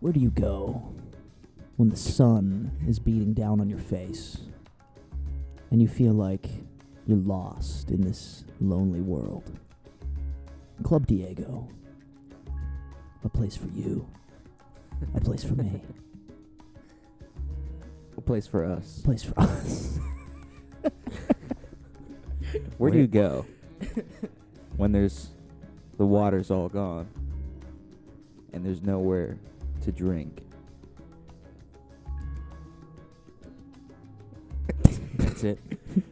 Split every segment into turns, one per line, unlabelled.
Where do you go when the sun is beating down on your face and you feel like you're lost in this lonely world? Club Diego, a place for you, a place for me,
A place for
a
us.
place for us.
Where do you go when there's the water's all gone and there's nowhere to drink? That's it.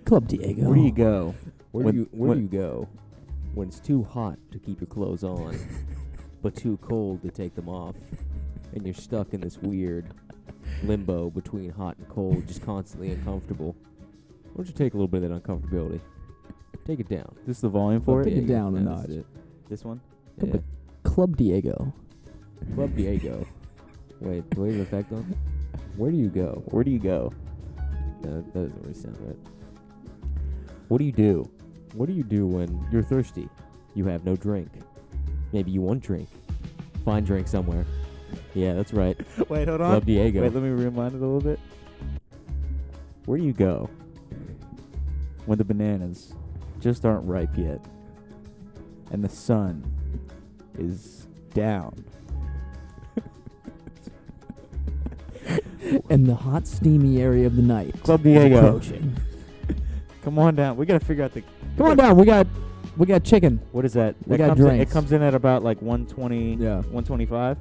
Club Diego.
Where do you go?
Where
When-
do you where
when-
do you go when it's too hot to keep your clothes on, but too cold to take them off, and you're stuck in this weird limbo between hot and cold, just constantly uncomfortable? Why don't you take a little bit of that uncomfortability? Take it down.
This is the volume for
Take
it.
it down a
That's
notch.
it.
This one.
Come
Yeah.
Club Diego.
Club Diego. Wait, do we have an effect on? Where do you go?
Where do you go?
No, that doesn't really sound right.
What do you do?
What do you do when you're thirsty? You have no drink. Maybe you want drink. Find drink somewhere. Yeah, that's right.
Wait, hold
Club Diego.
Wait, let me rewind it a little bit. Where do you go when the bananas just aren't ripe yet and the sun is down?
And the hot, steamy area of the night.
Club
is
Diego.
Approaching.
Come on down. We got to figure out the.
Come on down. We got, we got chicken.
What is that?
We
That
got
comes in- it
drinks.
comes in at about like 120,
Yeah.
125.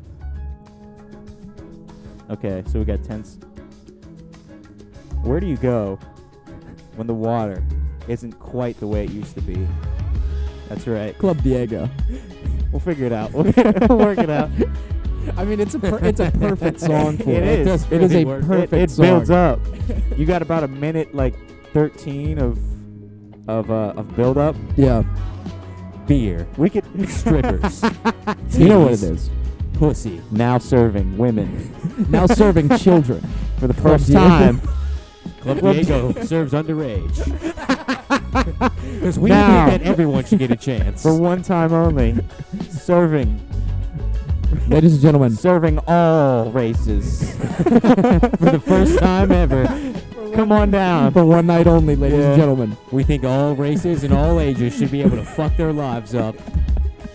Okay, so we got tents. Where do you go when the water isn't quite the way it used to be? That's right.
Club Diego.
We'll figure it out. We'll work it out.
I mean, it's a per- it's a perfect song for
It
it.
is.
It is
really
a
work.
perfect
it, it
song.
builds up. you got about a minute, like 13 of of uh, of build up.
Yeah,
Beer.
We could
Strippers.
you know what it
titties,
is.
Pussy.
now serving women
Now serving children.
for the
Club
first
Diego.
time.
Club
Club
Diego serves underage. Because we
Now.
think that everyone should get a chance.
for one time only. serving,
Ladies and gentlemen,
serving all races.
For the first time ever,
Come on down.
for one night only, ladies
Yeah.
and gentlemen.
we think all races and all ages should be able to fuck their lives up.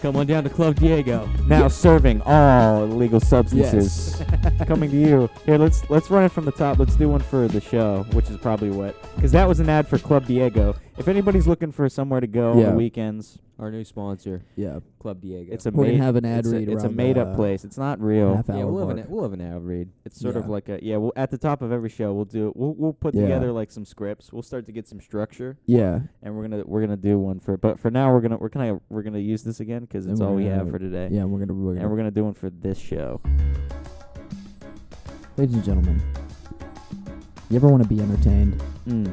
Come on down to Club Diego.
Now serving all illegal substances. Coming to you. Here, let's let's run it from the top. Let's do one for the show, which is probably what, because that was an ad for Club Diego. If anybody's looking for somewhere to go on
Yeah.
the weekends,
Our new sponsor,
Yeah,
Club Diego.
it's a
We're gonna
made,
have an ad
it's
read
A, it's a
around,
made-up
uh,
place. It's not real.
half hour
yeah, we'll have,
mark.
an, we'll have an ad read.
It's sort of
Yeah.
like a yeah. We'll at the top of every show, we'll do we'll we'll put
Yeah.
together like some scripts. We'll start to get some structure,
Yeah,
and we're gonna we're gonna do one for. But for now, we're gonna we're gonna we're gonna use this again because
And
it's
we're
all we
gonna-
have for today.
yeah. We're gonna, we're
And
gonna
we're gonna do one for this show.
ladies and gentlemen. You ever want to be entertained?
Mm,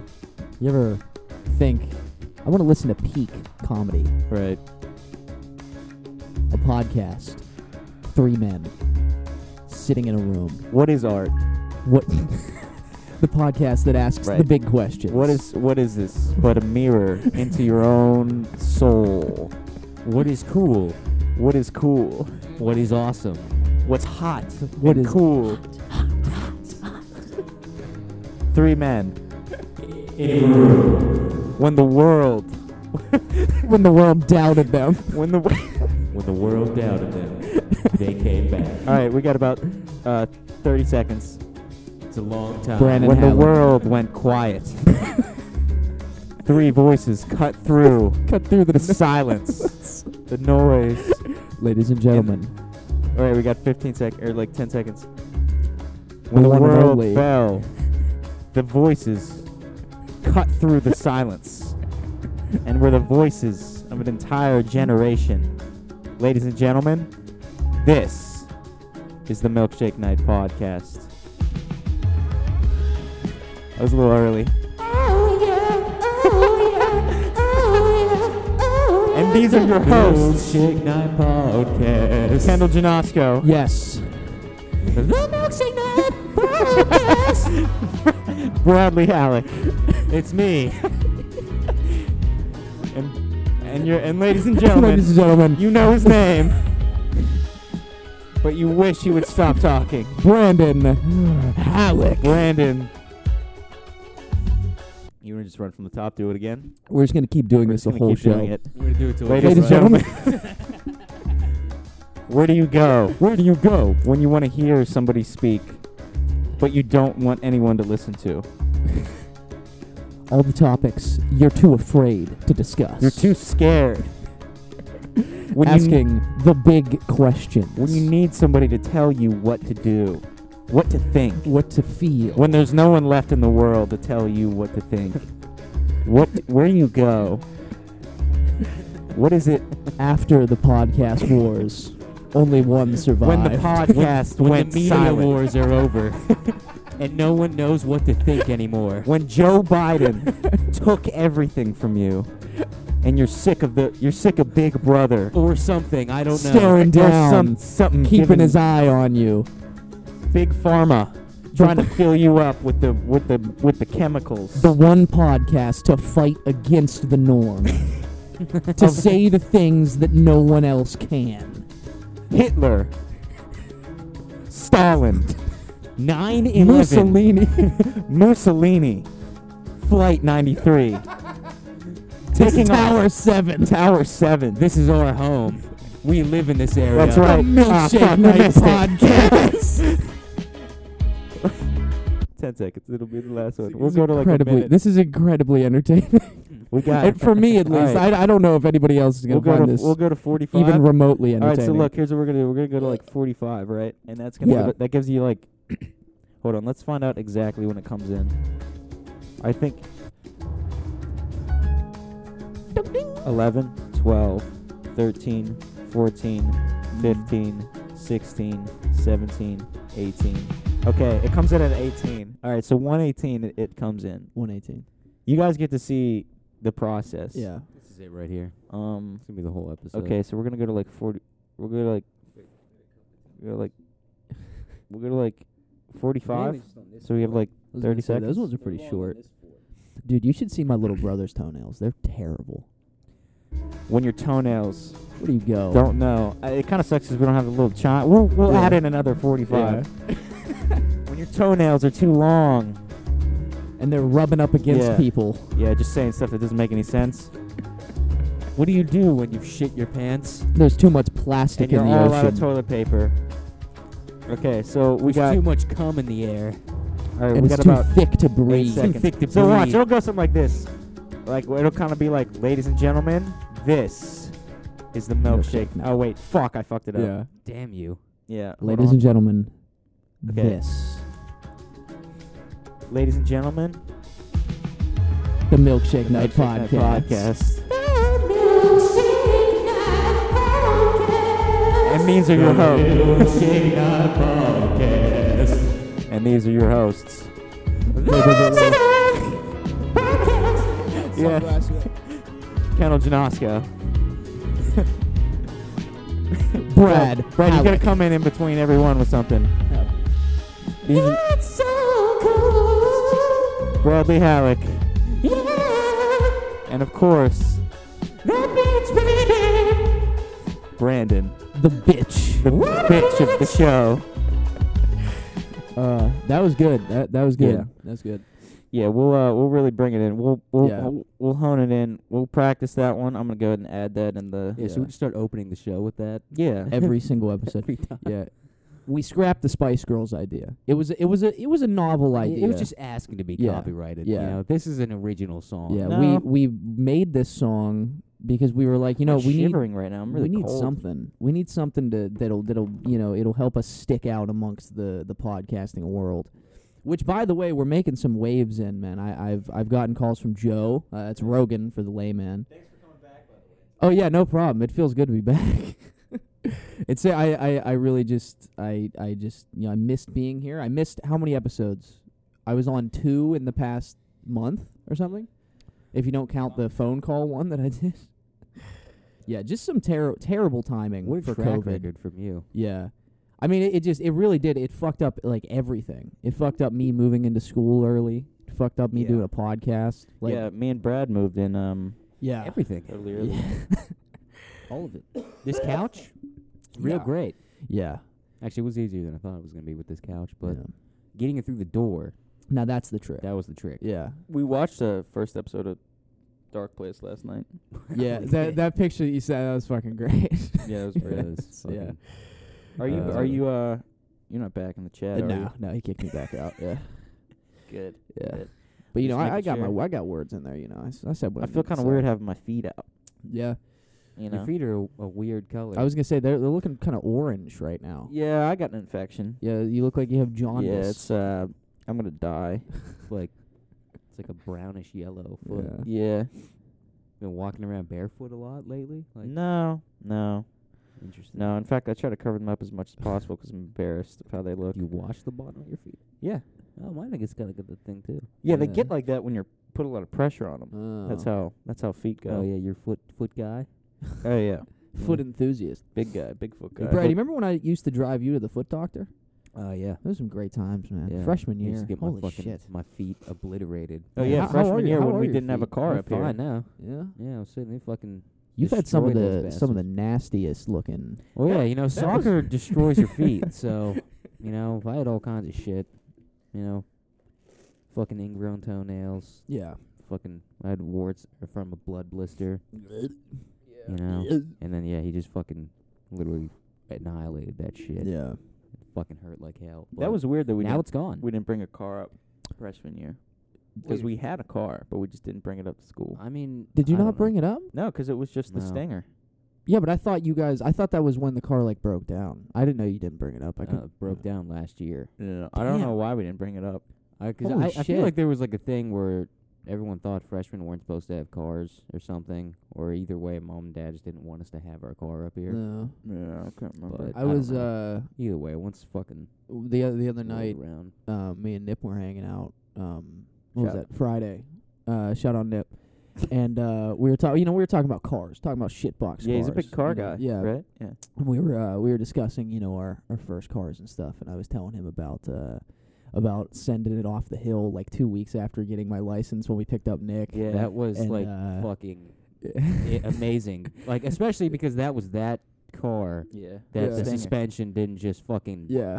You ever think I want to listen to peak comedy,
right.
a podcast, three men sitting in a room.
What is art?
What? the podcast that asks the
Right.
big questions.
What is what is this? But a mirror into your own soul.
What is cool?
What is cool?
What is awesome?
What's hot?
What
What is
is-
cool? Three men. when the world,
when the world doubted them?
when the.
When the world doubted them, they came back.
All right, we got about uh, 30 seconds.
It's a long time.
Brandon.
when the
Allen.
world went quiet, three voices cut through
Cut through
the
the
silence, the noise.
ladies and gentlemen.
All right, we got 15 seconds, or like 10 seconds.
The
When the
one and
world
only.
fell, the voices cut through the silence, and were the voices of an entire generation. Ladies and gentlemen, this is the Milkshake Night Podcast. I was a little early. And
And
these are your hosts,
Milkshake Night Podcast.
Kendall Janosco.
Yes.
Bradley Halleck.
It's me.
And and your and ladies and gentlemen,
Ladies and gentlemen,
you know his name. but you wish he would stop talking.
Brandon Howick.
Brandon. You want to just run from the top, do it again?
We're just gonna keep doing this the
We're just gonna
whole show.
keep doing it.
We're gonna do it to
Ladies and gentlemen, where do you go? Where do you go when you want to hear somebody speak, but you don't want anyone to listen to?
All the topics you're too afraid to discuss.
You're too scared. When you-
asking the big questions.
when you need somebody to tell you what to do, what to think,
what to feel.
when there's no one left in the world to tell you what to think, what where do you go? What is it
after the podcast wars, only one survived.
when the podcast
when
went
the media
silent?
wars are over and no one knows what to think anymore.
When Joe Biden took everything from you, and you're sick of the you're sick of Big Brother
Or something, I don't know.
staring
There's
down,
some- something
keeping
giving-
his eye on you.
Big Pharma trying to fill you up with the with the with the chemicals.
The one podcast to fight against the norm, to say the things that no one else can.
Hitler, Stalin,
9 11.
Mussolini, Mussolini, Flight 93, taking
Tower
off-
Seven.
Tower Seven.
This is our home. We live in this area.
That's right. Ah,
Milkshake
fuck, I
Night
missed it.
podcast.
Ten seconds. It'll be the last one.
This
We'll
is
go to like a
incredibly-
minute.
This is incredibly entertaining.
We got.
And for me, at
All
least,
right.
I, I don't know if anybody else is
We'll
going
go
find
to
this
we'll go to 45.
even remotely
All right.
entertaining.
So look, here's what we're gonna do. We're gonna go to like 45, right? And that's gonna
Yeah.
give it- that gives you like. hold on. Let's find out exactly when it comes in. I think. 11, 12, 13, 14, 15, 16, 17, 18. Okay, it comes in at 18. All right, so 118 it, it comes in.
118.
You guys get to see the process.
Yeah.
This is it right here.
Um.
It's gonna be the whole episode.
Okay, so we're gonna go to like forty. We'll go to like. We'll go to like. We'll go to like forty-five. So we have like
I was
30
gonna say,
seconds?
Those ones are pretty short.
Dude, you should see my little brother's toenails. They're terrible.
when your toenails
Where do you go?
don't know. Uh, it kind of sucks because we don't have the little chime. We'll we'll
Oh. Yeah.
add in another forty-five. when your toenails are too long.
And they're rubbing up against
Yeah.
people.
Yeah, just saying stuff that doesn't make any sense. What do you do when you shit your pants?
There's too much plastic
and you're
in the
all
ocean.
out of toilet paper. Okay, so we
There's
got.
too much cum in the air.
all right,
and
we
it's
got
too
about
thick to
Eight
breathe.
seconds.
thick to
so watch,
breathe.
it'll go something like this. Like it'll kind of be like, ladies and gentlemen, this is the milkshake.
Milkshake night.
Oh wait, fuck, I fucked it up.
Damn you.
Yeah. hold
Ladies
on.
and gentlemen,
Okay.
this.
ladies and gentlemen,
The Milkshake Night
Milkshake Night
Podcast.
podcast. And these are your hosts. And these are your hosts. yeah, Kendall Janoska.
Brad.
Brad, you
Howard.
gotta come in in between everyone with something. These are- Bradley Halleck. And of course, Brandon,
The bitch.
the bitch of the show.
Uh, that was good. That, that was good.
Yeah.
That's good.
Yeah, we'll uh, we'll really bring it in. We'll we'll,
Yeah.
we'll we'll hone it in. We'll practice that one. I'm gonna go ahead and add that in the
Yeah, so we just start opening the show with that.
yeah.
Every single episode.
Every time.
Yeah. We scrapped the Spice Girls idea. It was it was a it was a novel idea.
It was just asking to be
Yeah.
copyrighted.
Yeah.
You know, this is an original song.
yeah.
No.
We we made this song because we were like, you know,
I'm
we need
shivering right now. I'm really
we need
cold.
something. We need something to that'll that'll you know it'll help us stick out amongst the the podcasting world. Which, by the way, we're making some waves in, man. I, I've I've gotten calls from Joe. Uh, that's Rogan for the layman. Thanks for coming back. By the way. Oh yeah, no problem. It feels good to be back. it's uh, I, I I really just I I just you know I missed being here. I missed how many episodes? I was on two in the past month or something. If you don't count the phone call one that I did. Yeah, just some ter- terrible timing
What a
for
track
COVID.
record from you.
Yeah. I mean, it, it just, it really did. It fucked up, like, everything. It fucked up me moving into school early. It fucked up me
Yeah.
doing a podcast. Like,
yeah, me and Brad moved in um
yeah.
Everything.
earlier.
Yeah.
All of it. This couch? Real
Yeah.
great.
Yeah.
Actually, it was easier than I thought it was gonna be with this couch, but
Yeah.
getting it through the door
Now that's the trick.
that was the trick.
Yeah.
We watched the first episode of Dark Place last night.
Yeah, that that picture that you said that was fucking great.
Yeah, it was
It
great.
was
Yeah.
fucking-
Are you?
Uh,
are you? Uh, you're not back in the
Uh,
chat. Are you?
no, no, he kicked me back out. Yeah.
Good.
Yeah.
Good.
But you know,
Just
I, I
making
got
sure.
my I got words in there. You know, I, s- I said what
I
I
feel
meant to
kind of
say.
weird having my feet out.
Yeah,
You
Your
know.
feet are a, a weird color.
I was gonna say they're they're looking kind of orange right now.
Yeah, I got an infection.
Yeah, you look like you have jaundice.
Yeah, it's uh, I'm gonna die.
like, it's like a brownish yellow foot.
yeah.
yeah.
Been walking around barefoot a lot lately. Like,
no, no,
interesting.
no. In fact, I try to cover them up as much as possible 'cause I'm embarrassed of how they look.
Do you wash the bottom of your feet?
Yeah.
Oh, mine I guess got a good thing too.
Yeah, they get
Yeah.
like that when you're put a lot of pressure on them. That's
Oh.
how. That's how feet go.
Uh-huh. Oh yeah, your foot foot guy.
Oh yeah.
foot enthusiast.
Big guy. Big foot
Hey,
guy.
Brad, you remember when I used to drive you to the foot doctor?
Oh yeah.
Those were some great times, man.
Yeah.
Freshman
I used
year,
to get
holy
my fucking
shit.
my feet obliterated.
Oh
How-
yeah,
how are
freshman
you-
year
how
when
are
we
your
didn't have a
feet?
car
I'm
up here.
fine now.
Yeah,
Yeah, I was sitting there fucking.
you've had some of
Destroy
the
those
some of the nastiest looking.
Oh yeah, you know soccer destroys your feet. So, you know, if I had all kinds of shit, you know, fucking ingrown toenails,
Yeah,
fucking I had warts from a blood blister. You know, and then yeah, he just fucking literally annihilated that shit.
yeah.
It fucking hurt like hell.
That
but
was weird that we
now
didn't,
it's gone.
we didn't bring a car up freshman year because we had a car, but we just didn't bring it up to school.
I mean,
Did you
I don't
not
know.
bring it up?
No, 'cause it was just the
Uh, No.
stinger.
Yeah, but I thought you guys. I thought that was when the car like broke down. I didn't know you didn't bring it up. I could
uh, broke down last year.
Yeah, I don't
Damn.
know why we didn't bring it up.
I, cause
Holy
I, I
shit.
feel like there was like a thing where everyone thought freshmen weren't supposed to have cars or something, or either way, mom and dad just didn't want us to have our car up here.
No.
Yeah, I can't remember.
But
I,
I don't
was
know.
uh
Either way, once fucking
the other, the other
rolled
night.
around.
Uh, me and Nip were hanging out. Um, what was
Shout-
that? Friday. Uh, shout out Nip. and uh, we were talking. You know, we were talking about cars. Talking about shitbox cars.
yeah, he's a big car
you know,
guy.
Yeah,
right. Yeah.
and we were uh, we were discussing you know our our first cars and stuff, and I was telling him about uh about sending it off the hill like two weeks after getting my license when we picked up Nick.
Yeah.
That was
And,
like
uh,
fucking i- amazing. Like especially because that was that car
Yeah.
that
Yeah.
the
Stinger.
suspension didn't just fucking
Yeah.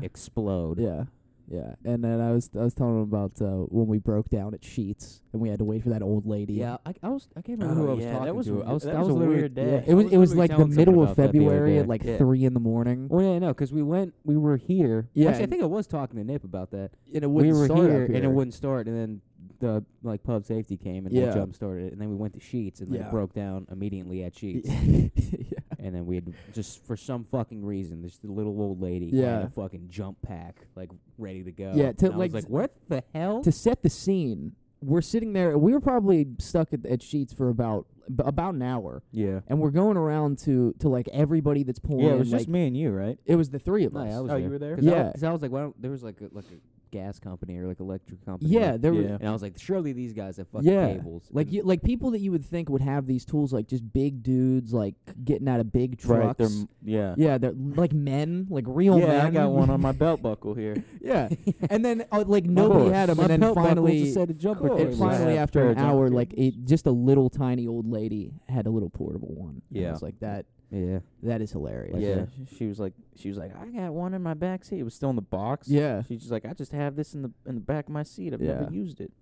explode.
Yeah. Yeah. And then I was I was telling him about uh, when we broke down at Sheets and we had to wait for that old lady.
Yeah, I, I was. I can't remember who I Oh, was
yeah,
talking
that was
to. I was.
that
I
was a
literally-
weird
Yeah,
day.
it was
was
it was
literally
like the
telling
middle
someone
of
about that the other
February
day.
at like
Yeah.
three in the morning,
Well, yeah, no, because we went. We were here.
Yeah,
Actually, I
and-
think I was talking to Nip about that.
and it
we
wouldn't
were
start up
here, and it
here.
wouldn't start, and then the like pub safety came and
Yeah.
they jump started it, and then we went to Sheets, and then
Yeah.
it broke down immediately at Sheets,
yeah,
and then we had just for some fucking reason this little old lady
Yeah.
had a fucking jump pack like ready to go.
Yeah, to,
and I
like,
was like what the hell?
to set the scene, we're sitting there. We were probably stuck at, at Sheets for about b- about an hour,
Yeah.
and we're going around to to like everybody that's pulling.
Yeah,
in,
it was just
like-
me and you, right?
It was the three of
No,
us.
yeah, I was
Oh,
there.
you were there?
'Cause I wa-
Yeah.
'cause I, was like, why don't there was like a, like a gas company or like electric company.
yeah, there were
Yeah.
and I was like, surely these guys have fucking
Yeah.
cables.
like
And-
you, like people that you would think would have these tools, like just big dudes, like getting out of big trucks.
Right. They're, m- yeah.
yeah, they're like men, like real men.
yeah, I got one on my belt buckle here.
yeah, and then uh, like
My
nobody
course.
had them,
My
and then
belt buckles
finally,
just said a jumper
course.
and
cable.
finally
Yeah,
after an
fair
hour,
jump.
like a, just a little tiny old lady had a little portable one. And I
Yeah.
was like that.
yeah.
That is hilarious.
Like
yeah.
that.
She was like, she was like, I got one in my back seat. It was still in the box.
yeah,
She's just like, I just have this in the in the back of my seat. I've
Yeah.
never used it.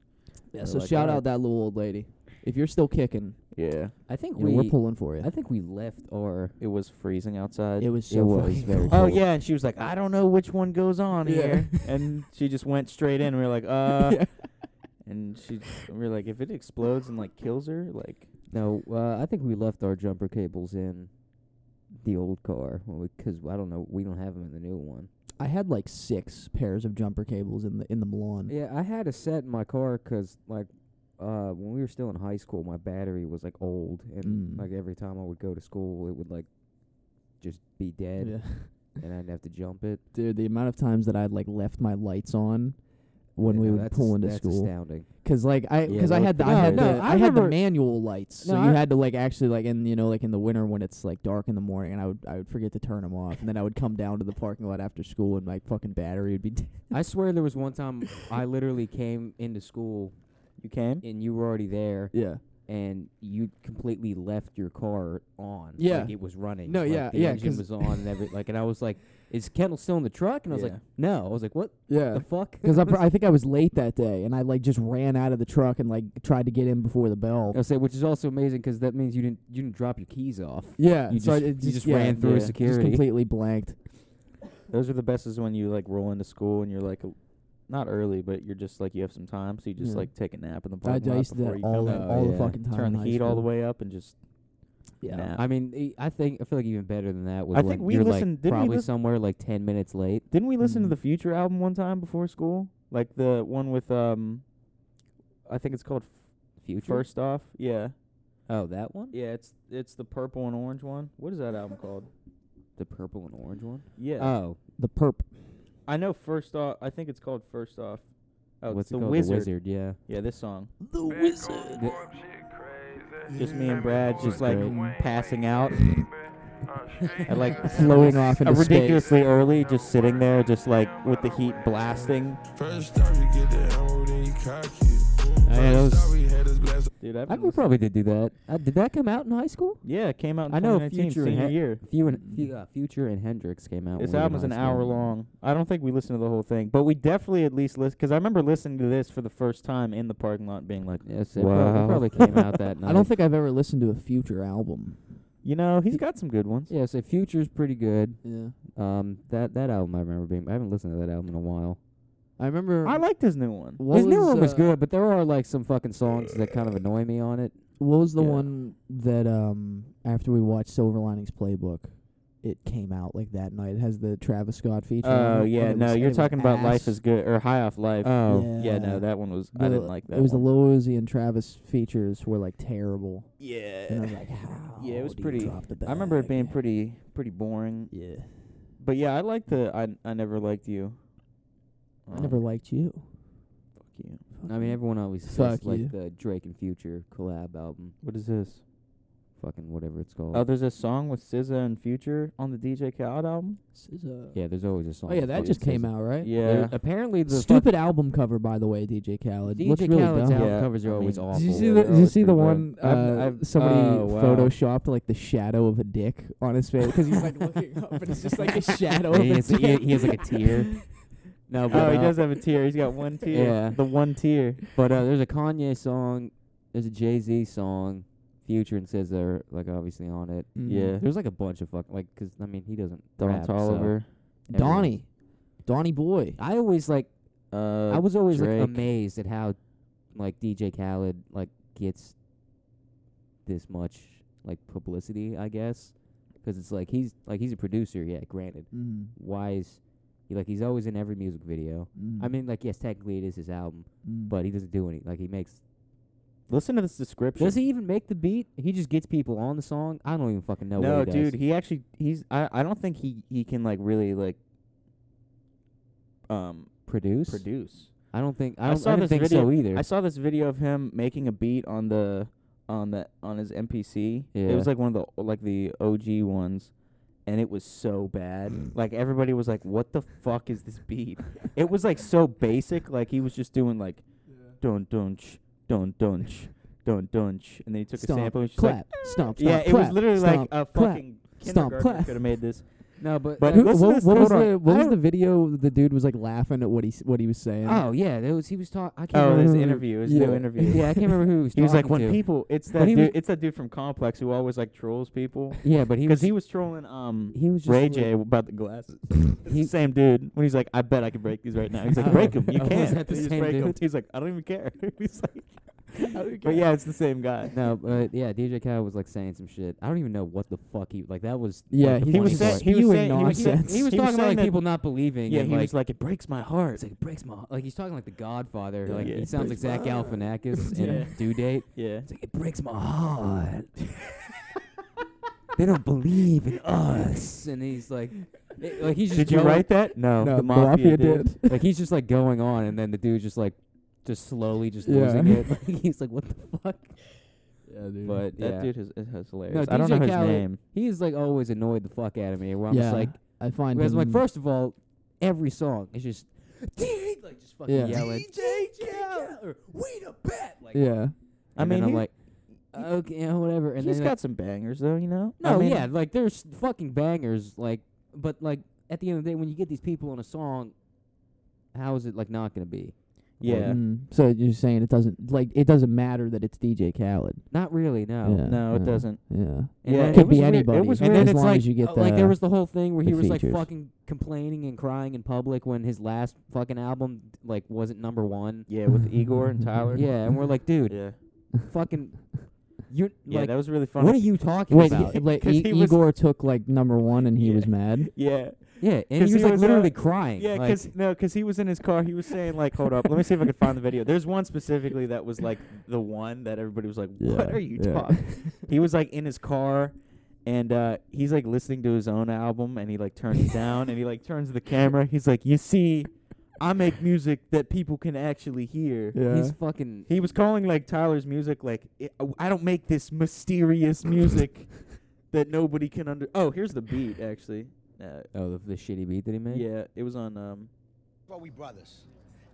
yeah.
We're
So
like,
shout
"Alright."
out that little old lady. If you're still kicking,
Yeah.
I think
you know,
we
we're pulling for you.
I think we left our
It was freezing outside.
It was
it
so
was
fucking
very
cold.
Oh yeah, and she was like, I don't know which one goes on
Yeah.
here, and she just went straight in. We were like, uh, and she, we were like, if it explodes and like kills her, like,
no. Uh, I think we left our jumper cables in the old car because I don't know. We don't have them in the new one.
I had like six pairs of jumper cables in the in the lawn.
Yeah, I had a set in my car 'cause like uh, when we were still in high school, my battery was like old, and
Mm.
like every time I would go to school, it would like just be dead, and I'd have to jump it.
Dude, the amount of times that I'd like left my lights on when
Yeah,
we
no,
would
uh, that's
pull
as-
into
that's
school,
astounding.
because like I
Yeah,
because I
that
had the
was
I had
pretty
the
good. No,
I,
I
had the
remember-
manual lights, so
No,
you
I-
had to like actually like in you know like in the winter when it's like dark in the morning, and I would I would forget to turn them off, and then I would come down to the parking lot after school, and my fucking battery would be. dead.
I swear there was one time I literally came into school
you came.
and you were already there,
yeah.
and you completely left your car on.
Yeah.
like it was running.
No,
like
yeah,
the
yeah,
engine
'cause-
was on and every like, and I was like, is Kendall still in the truck? And I was
Yeah.
like, no. I was like, what
Yeah.
the fuck?
Because I, pr- I think I was late that day, and I like just ran out of the truck and like tried to get in before the bell.
I'll say, which is also amazing because that means you didn't you didn't drop your keys off.
Yeah,
You
so I-
just-
it
you
just,
just
yeah,
ran through
yeah,
security.
just completely blanked.
Those are the best is when you like roll into school and you're like, a- not early, but you're just like you have some time, so you just
Yeah.
like take a nap in the
I,
parking
I
lot
used to do
before
that
you
all,
come
the-
out.
all
yeah.
the fucking time.
Turn
in
the
high
heat all the
school.
way up and just nap.
I mean, e- I think I feel like even better than that was
I
when
think we
you're
listened-
like
didn't we
probably
lis-
somewhere like ten minutes late.
Didn't we listen
Mm-hmm.
to
Mhm.
the Future album one time before school? Like the one with um, I think it's called
Future
First Off. Yeah,
Oh, that one,
yeah, it's it's the purple and orange one. What is that album called?
the purple and orange one.
Yeah,
Uh,
Oh,
The perp.
I know. First off, I think it's called First Off. Oh,
what's
it's the
it called?
Wizard.
The wizard, yeah.
Yeah, this song.
The wizard.
just me and Brad just like
Great.
passing out
And
at like
floating off
a
into space.
ridiculously early, just sitting there, just like with the heat blasting.
First off, you get the ammo, then you cock it.
Hey, that
First off,
was-
we had us blast.
Dude, I
I
haven't
we
listened-
probably did do that. Uh, did that come out in high school?
Yeah, it came out in
I know
2019,
Future
senior
had-
year.
Few and few, uh, Future and Hendrix came out.
This
when we were in
album's an
high
hour
school.
long. I don't think we listened to the whole thing, but we definitely at least listened because I remember listening to this for the first time in the parking lot, and being like,
Yes, it prob-
Wow.
it probably came out that night.
I don't think I've ever listened to a future album.
you know, he's got some good ones.
Yeah, so Future's pretty good.
Yeah,
Um, that that album I remember being. I haven't listened to that album in a while.
I remember.
I liked his new one.
what
His new
was,
one was
uh,
good, but there are like some fucking songs that kind of annoy me on it.
What was the
Yeah.
one that um after we watched Silver Linings Playbook, it came out like that night. It has the Travis Scott feature. on it,
Oh
and
yeah,
it
no,
was-
you're
it was
talking about
ass.
life is good or high off life.
Oh.
yeah, no,
Yeah.
that one was
The,
I didn't like that.
It was
one.
the Lil Uzi and Travis features were like terrible. And I
yeah,
was like, how?
yeah, it was
do you
pretty.
drop the
I remember it
bag?"
being pretty Uh-huh. pretty boring.
Yeah,
But yeah, I liked the I I never liked you. Uh,
I never liked you.
Fuck you.
I mean, everyone always says
Fuck
like
you.
the Drake and Future collab album,
What is this?
fucking whatever it's called.
Oh, there's a song with SZA and Future on the DJ Khaled album.
SZA.
yeah, there's always a song.
Oh yeah, that just came out, right?
Yeah,
Apparently the fuck-
Stupid album cover, by the way, DJ Khaled.
DJ
Looks really
Khaled's
dumb.
album
Yeah,
covers
I
are always
mean-
awful.
Did you see
Yeah,
the?
that
Did you
was
see the
pretty bad.
one? Uh,
I've- I've-
somebody
oh, wow.
photoshopped like the shadow of a dick on his face because he's like looking up and it's just like a shadow of
he,
a
has, he,
dick.
he has like a tear. No, but
Oh, he
uh,
does have a tear. He's got one tear.
Yeah.
The one tear.
But uh, there's a Kanye song, there's a Jay Z song, Future and SZA are like obviously on it.
Mhm.
Yeah.
There's like a bunch of fuck like 'cause I mean he doesn't.
Don
rap, so
Tolliver.
everyone-
Donnie, Donnie boy.
I always like
Uh,
I was always like
Drake.
amazed at how like DJ Khaled like gets this much like publicity I guess. 'Cause it's like he's like he's a producer yeah granted
Mm,
why is he like he's always in every music video
mm,
I mean like yes technically it is his album
mm.
but he doesn't do any like he makes
listen to this description.
Does he even make the beat? He just gets people on the song. I don't even fucking know.
no,
what he
dude,
Does.
he actually he's I I don't think he he can like really like um
produce.
produce.
I don't think. I,
I
don't, I
saw
didn't
this
think
video-
so either.
I saw this video of him making a beat on the on the on his MPC.
Yeah.
It was like one of the like the OG ones, and it was so bad. like everybody was like, "What the fuck is this beat?" it was like so basic. Like he was just doing like, dun dunch, dun dunch, dun dunch, and then he took
Stomp,
a sample. And was just
clap,
like,
stomp,
yeah,
stomp,
it was
clap,
literally like
stomp,
a
clap.
fucking
stomp,
kindergartner
clap.
could have made this.
no, but, that-
but
Who-
listen to
what,
this-
what was
hold on.
the what
I
was
don't-
the video? The dude was like laughing at what he s- what he was saying.
oh yeah, that was he was talking. I can't.
Oh,
remember
this
who-
interview, his
yeah.
new interview.
Yeah, I can't remember who he was.
He was like
talking
when
to.
people. It's
But
that
he
dude.
was-
it's that dude from Complex who always like trolls people.
Yeah, but he
Because
was.
he was trolling um
he was just
Ray
like-
J about the glasses.
He-
He, same dude. When he's like, I bet I can break these right now. He's like,
Oh.
break 'em,
Oh,
You
is
can't.
that the
You just
same
break 'em."
dude?
He's like, I don't even care. he's like, but yeah, it's the same guy.
No, but yeah, DJ Khaled was like saying some shit. I don't even know what the fuck he like. That was.
Yeah,
like, the
he
He
Funny
was,
boy.
funniest part.
saying, he was saying-
Spewing
he was
nonsense.
saying-
He was talking
he
about
saying
like
that-
people not believing.
Yeah,
and,
he
like,
was like, it breaks my heart.
It's like it breaks my like he's talking like the Godfather.
Yeah.
Like
Yeah.
he sounds like Zach Galifianakis
Yeah.
in Due Date.
Yeah.
It's like it breaks my heart. they don't believe in us, and he's like, it- like he's just
Did you
going-
write that? No,
no,
the mafia, did.
Like he's just like going on, and then the dude's just like, just slowly just
Yeah.
losing it. Like, he's like, what the fuck?
Yeah, dude.
But
Yeah.
that dude has, is has hilarious.
No,
I don't
DJ
know his
Khaled-
name.
He is like always annoyed the fuck out of me. Where I'm
yeah,
just like,
I find
because
him
I'm like first of all, every song is just like just fucking
Yeah.
yelling. like-
yeah,
I
And then
mean,
I'm
he-
like, okay, yeah, whatever. And
he's
then
got some bangers though, you know.
No,
I mean,
yeah, like there's fucking bangers, like, but like at the end of the day, when you get these people on a song, how is it like not going to be?
Yeah.
Mm, so you're saying it doesn't like it doesn't matter that it's DJ Khaled.
Not really, no.
Yeah,
No, it
yeah,
doesn't.
Yeah.
And
Yeah.
then
It
Could
was
be
weird-
anybody.
it was
as
weird.
long
And it's like-
as you get
uh,
the
like there was the whole thing where
the
he was like
features.
fucking complaining and crying in public when his last fucking album like wasn't number one.
Yeah, with Igor and Tyler.
Yeah, and we're like, dude,
Yeah.
fucking, you're
Yeah,
like,
that was really funny.
what are you talking
Wait,
about?
he- like,
'Cause
E-
he was-
Igor took like number one and he
Yeah.
was mad.
Yeah.
yeah, and he
'Cause
was
he
like
was,
literally
uh,
crying.
Yeah,
like,
because no, because he was in his car. He was saying like, "Hold up, let me see if I can find the video." There's one specifically that was like the one that everybody was like, "What
Yeah,
are you
yeah.
talking?" he was like in his car, and uh, he's like listening to his own album, and he like turns it down, and he like turns the camera. He's like, "You see, I make music that people can actually hear."
he's fucking.
He was calling like Tyler's music like, "I- "I don't make this mysterious music that nobody can under." Oh, here's the beat actually. Uh,
Oh, the, the shitty beat that he made.
yeah, it was on um.
Well, we brothers.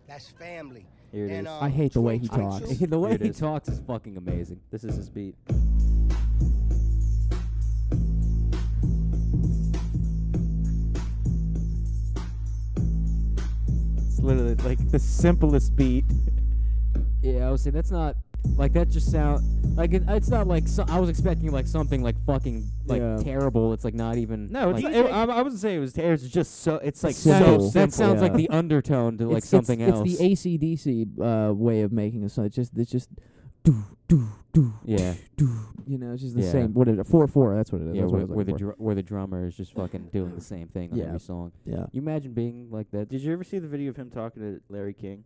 That's family.
Here it is.
and, uh,
I hate the way he
true, true,
talks.
true.
the way
Here it
he
is.
talks is fucking amazing.
This is his beat. It's literally like the simplest beat.
Yeah, I was saying that's not like that. Just sound like it, it's not like so, I was expecting like something like fucking like
Yeah.
terrible. It's like not even
No, it's
like,
not, it, I, I wouldn't say it was terrible. It's just so. It's like
so
so.
simple.
simple.
that sounds like
yeah.
the undertone to like
it's,
something
it's,
else.
It's the ACDC uh, way of making a song. It's just it's just do do do
yeah,
you know, it's just the
Yeah.
same. What is it? Four four. That's what it is.
yeah,
that's what I
where,
was
where the
looking
dr- where the drummer is just fucking doing the same thing on
Yeah.
every song.
for. yeah.
You imagine being like that?
Did you ever see the video of him talking to Larry King?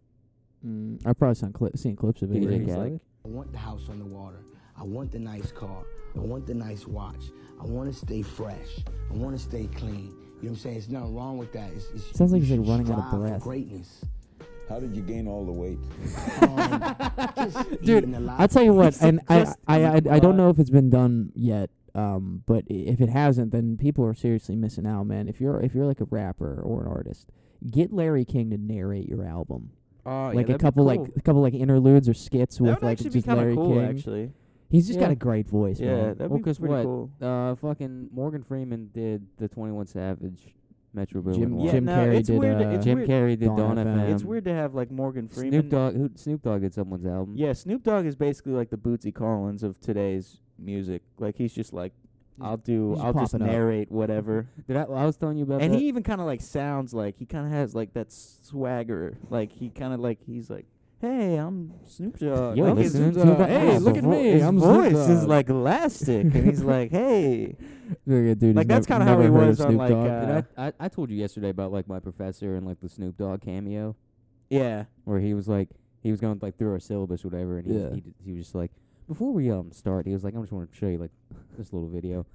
Mm, I've probably seen, cli- seen clips of it.
DJ
Where
yeah.
he's
Khaled?
like,
I want the house on the water. I want the nice car. I want the nice watch. I want to stay fresh. I want to stay clean. You know what I'm saying? It's nothing wrong with that. It's, it's,
Sounds like
you
he's, like,
should
running out of
strive for
breath.
Greatness.
How did you gain all the weight?
Dude, I tell you what, and I, I, I, I don't know if it's been done yet. Um, but i- if it hasn't, then people are seriously missing out, man. If you're if you're like a rapper or an artist, get Larry King to narrate your album,
"Oh,
like a couple like a couple like interludes or skits
That
with
would
like
actually be
just
kind
Larry
of cool,
King.
actually.
He's just got
Yeah.
a great voice,
Yeah,
man.
that'd
Well,
be
'cause
pretty
what?
cool.
Uh, fucking Morgan Freeman did the Twenty One Savage, Metro Boomin.
Jim,
one.
Yeah,
Jim
no,
Carrey
it's
did.
weird-
uh,
it's
Jim
weird-
Carey did
Dawn
Dawn
FM.
FM.
it's weird to have like Morgan Freeman.
Snoop Dogg, who Snoop Dogg did someone's album.
Yeah, Snoop Dogg is basically like the Bootsy Collins of today's music. Like he's just like, I'll do,
he's
I'll just
popping up.
narrate whatever.
Did I, I was telling you about
and
that.
he even kind of like sounds like he kind of has like that swagger. Like he kind of like he's like, hey, I'm Snoop Dogg.
You're
I'm
listening
Snoop
to the
Dogg. Hey,
Apple
look at
Vo-
me.
his
I'm
Snoop
voice is
Dogg."
like elastic, and he's like, hey,
Very good dude.
Like,
He's
that's
never-
kinda how
never
he
heard of
was on,
Snoop
like,
Dogg.
uh,
Did I, I I told you yesterday about like my professor and like the Snoop Dogg cameo
yeah.
where he was like he was going like through our syllabus or whatever and he
Yeah.
he, did, he was just like before we um start he was like I just want to show you like this little video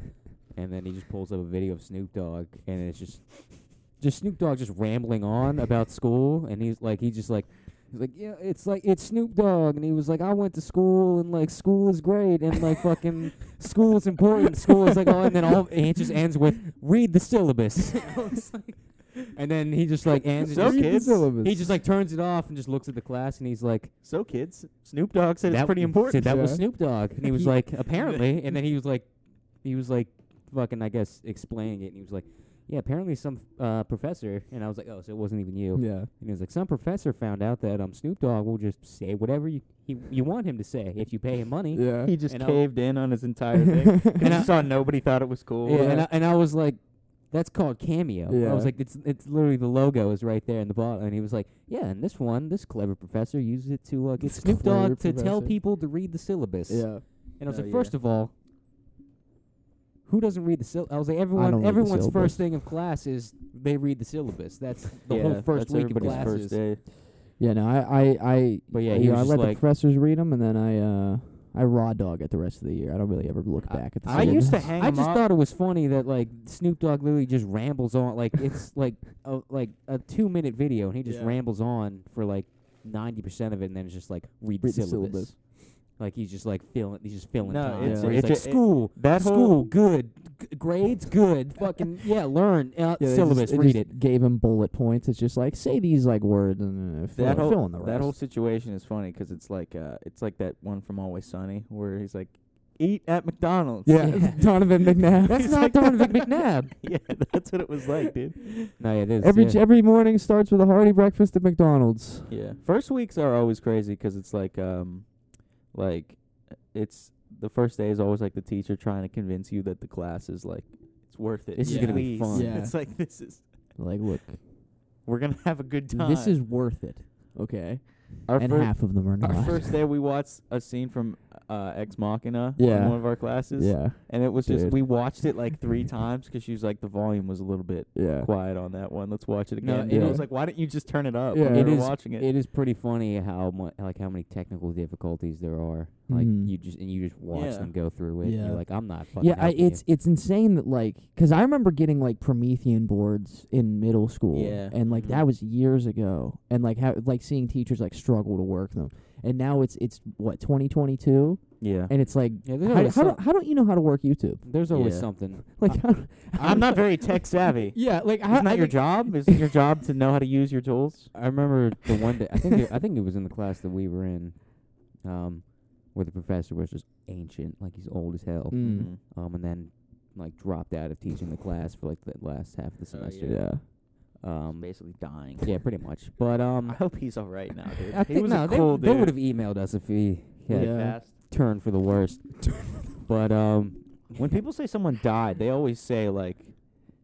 and then he just pulls up a video of Snoop Dogg and it's just just Snoop Dogg just rambling on about school and he's like he just like he's like yeah it's like it's Snoop Dogg and he was like I went to school and like school is great and like fucking school is important school is like oh and then all and it just ends with read the syllabus I was like- and then he just like ends it
So
just-
kids,
he just like turns it off and just looks at the class and he's like,
so kids. Snoop Dogg said it's
"That-
pretty
Said
important.
that was
Yeah.
Snoop Dogg, and he was like, apparently, and then he was like, he was like, fucking, I guess, explaining it, and he was like, yeah, apparently some uh, professor, and I was like, oh, so it wasn't even you,
Yeah.
and he was like, some professor found out that um Snoop Dogg will just say whatever you he, you want him to say if you pay him money,
Yeah.
He just
And I'll-
caved in on his entire thing. 'cause
And
he
I-
saw nobody thought it was cool.
Yeah, and I, and I was like, that's called cameo. I
Yeah.
was like, it's it's literally the logo is right there in the bottom. And he was like, yeah, and this one, this clever professor uses it to uh, get
This
Snoop
clever
Dogg to tell
professor.
people to read the syllabus.
Yeah.
And I was
Oh,
like,
yeah.
first of all, who doesn't read the syllabus? I was like,
don't read
everyone,
the
everyone's
syllabus.
first thing of class is they read the syllabus. That's the whole first week of
everybody's
classes.
first day.
Yeah, no, I, I, I
But yeah,
uh,
he
you know, I
was just
let the
like-
professors read them, and then I, uh, I raw dog it the rest of the year. I don't really ever look
I-
back at the.
I used to
syllabus.
hang.
I
him
just
up.
thought it was funny that like Snoop Dogg literally just rambles on like it's like a like a two minute video and he just
Yeah.
rambles on for like ninety percent of it and then it's just like read,
Read
the
the
syllabus.
syllabus.
Like he's just like filling he's just filling
No,
time.
it's-
where he's
it's
like,
a- it-
school
that whole-
school good g- grades good fucking yeah learn uh,
Yeah, they
syllabus
just, they
read
just
it.
Gave him bullet points. It's just like say these like words and uh, fill,
that whole
fill in the rest.
that whole situation is funny 'cause it's like uh, it's like that one from Always Sunny where he's like eat at McDonald's.
Yeah, Donovan McNabb.
That's
That's
not
not Donovan McNabb.
yeah, that's what it was like, dude.
No, it is.
Every
yeah.
every morning starts with a hearty breakfast at McDonald's.
Yeah. First weeks are always crazy 'cause it's like um like it's the first day is always like the teacher trying to convince you that the class is like it's worth it.
This is
yeah.
gonna be fun.
Yeah.
It's like this is
Like, look,
we're going to have a good time.
this is worth it. Okay,
our
and
first
half of them are not.
our first day we watched a scene from uh Ex Machina in
Yeah.
one of our classes
yeah,
and it was just
Dude.
we watched it like 3 times 'cause she was like the volume was a little bit
yeah.
quiet on that one. Let's watch it
No,
again. and
yeah.
I was like why didn't you just turn it up?
Yeah.
when we
It
were
is-
watching it.
It is pretty funny how much, like how many technical difficulties there are. Like
Mhm.
you just and you just watch
Yeah.
them go through it. And
Yeah.
you're like, I'm not fucking.
Yeah, I,
helping you."
it's it's insane that like because I remember getting like Promethean boards in middle school,
Yeah. Mm-hmm.
and like that was years ago, and like how like seeing teachers like struggle to work them, and now it's it's what 2022,
yeah.
and it's like
Yeah, there's
how,
always,
how,
some-
do, how don't you know how to work YouTube?
there's always
Yeah.
something.
Like how,
I'm not very tech savvy.
yeah, like how,
Isn't that your job? Isn't your job to know how to use your tools?
I remember the one day. I think it, I think it was in the class that we were in, um, where the professor was just ancient, like he's old as hell.
Mm-hmm.
Mm.
Um, and then like dropped out of teaching the class for like the last half of the semester.
Yeah,
Um,
basically dying.
yeah, pretty much. But
I
um,
hope he's all right now, dude.
I
he
think
was
no,
a
they,
cool
they
dude.
would have emailed us if he had
Yeah.
turned for the worst. but um,
When people say someone died, they always say like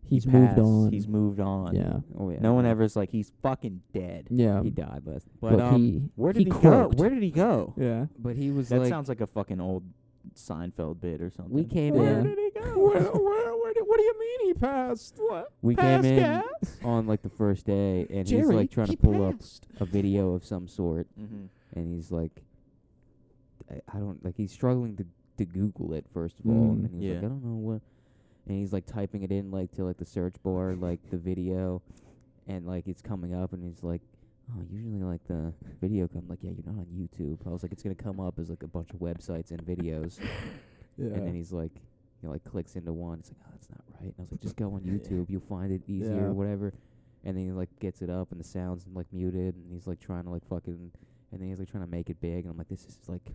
he's
he
moved
passed,
on.
He's moved on.
yeah,
oh yeah,
No one ever's like he's fucking dead.
yeah.
He died last. But
Look,
um,
he,
Where did
he
he, go?
croaked.
Where did he go?
Yeah,
but he was
That
like,
sounds like a fucking old Seinfeld bit or something.
we came
Where
in.
did
he go?
where, where, where did, what do you mean he passed? What?
We came in on like the first day, and he's like trying to pull up a video of some sort,
hmm
and he's like, I, I don't like. He's struggling to to Google it first of all,
Mm.
and he's like,
Yeah.
I don't know what. And he's like typing it in like to like the search bar, like the video, and like it's coming up, and he's like. Oh, usually like the video come like yeah, you're not on YouTube. I was like, it's gonna come up as like a bunch of websites and videos.
Yeah.
And then he's like, you know, like clicks into one. It's like, oh, that's not right. And I was like, just go on
Yeah.
YouTube. You'll find it easier
Yeah.
or whatever. And then he like gets it up and the sounds like muted and he's like trying to like fucking and then he's like trying to make it big and I'm like, this is like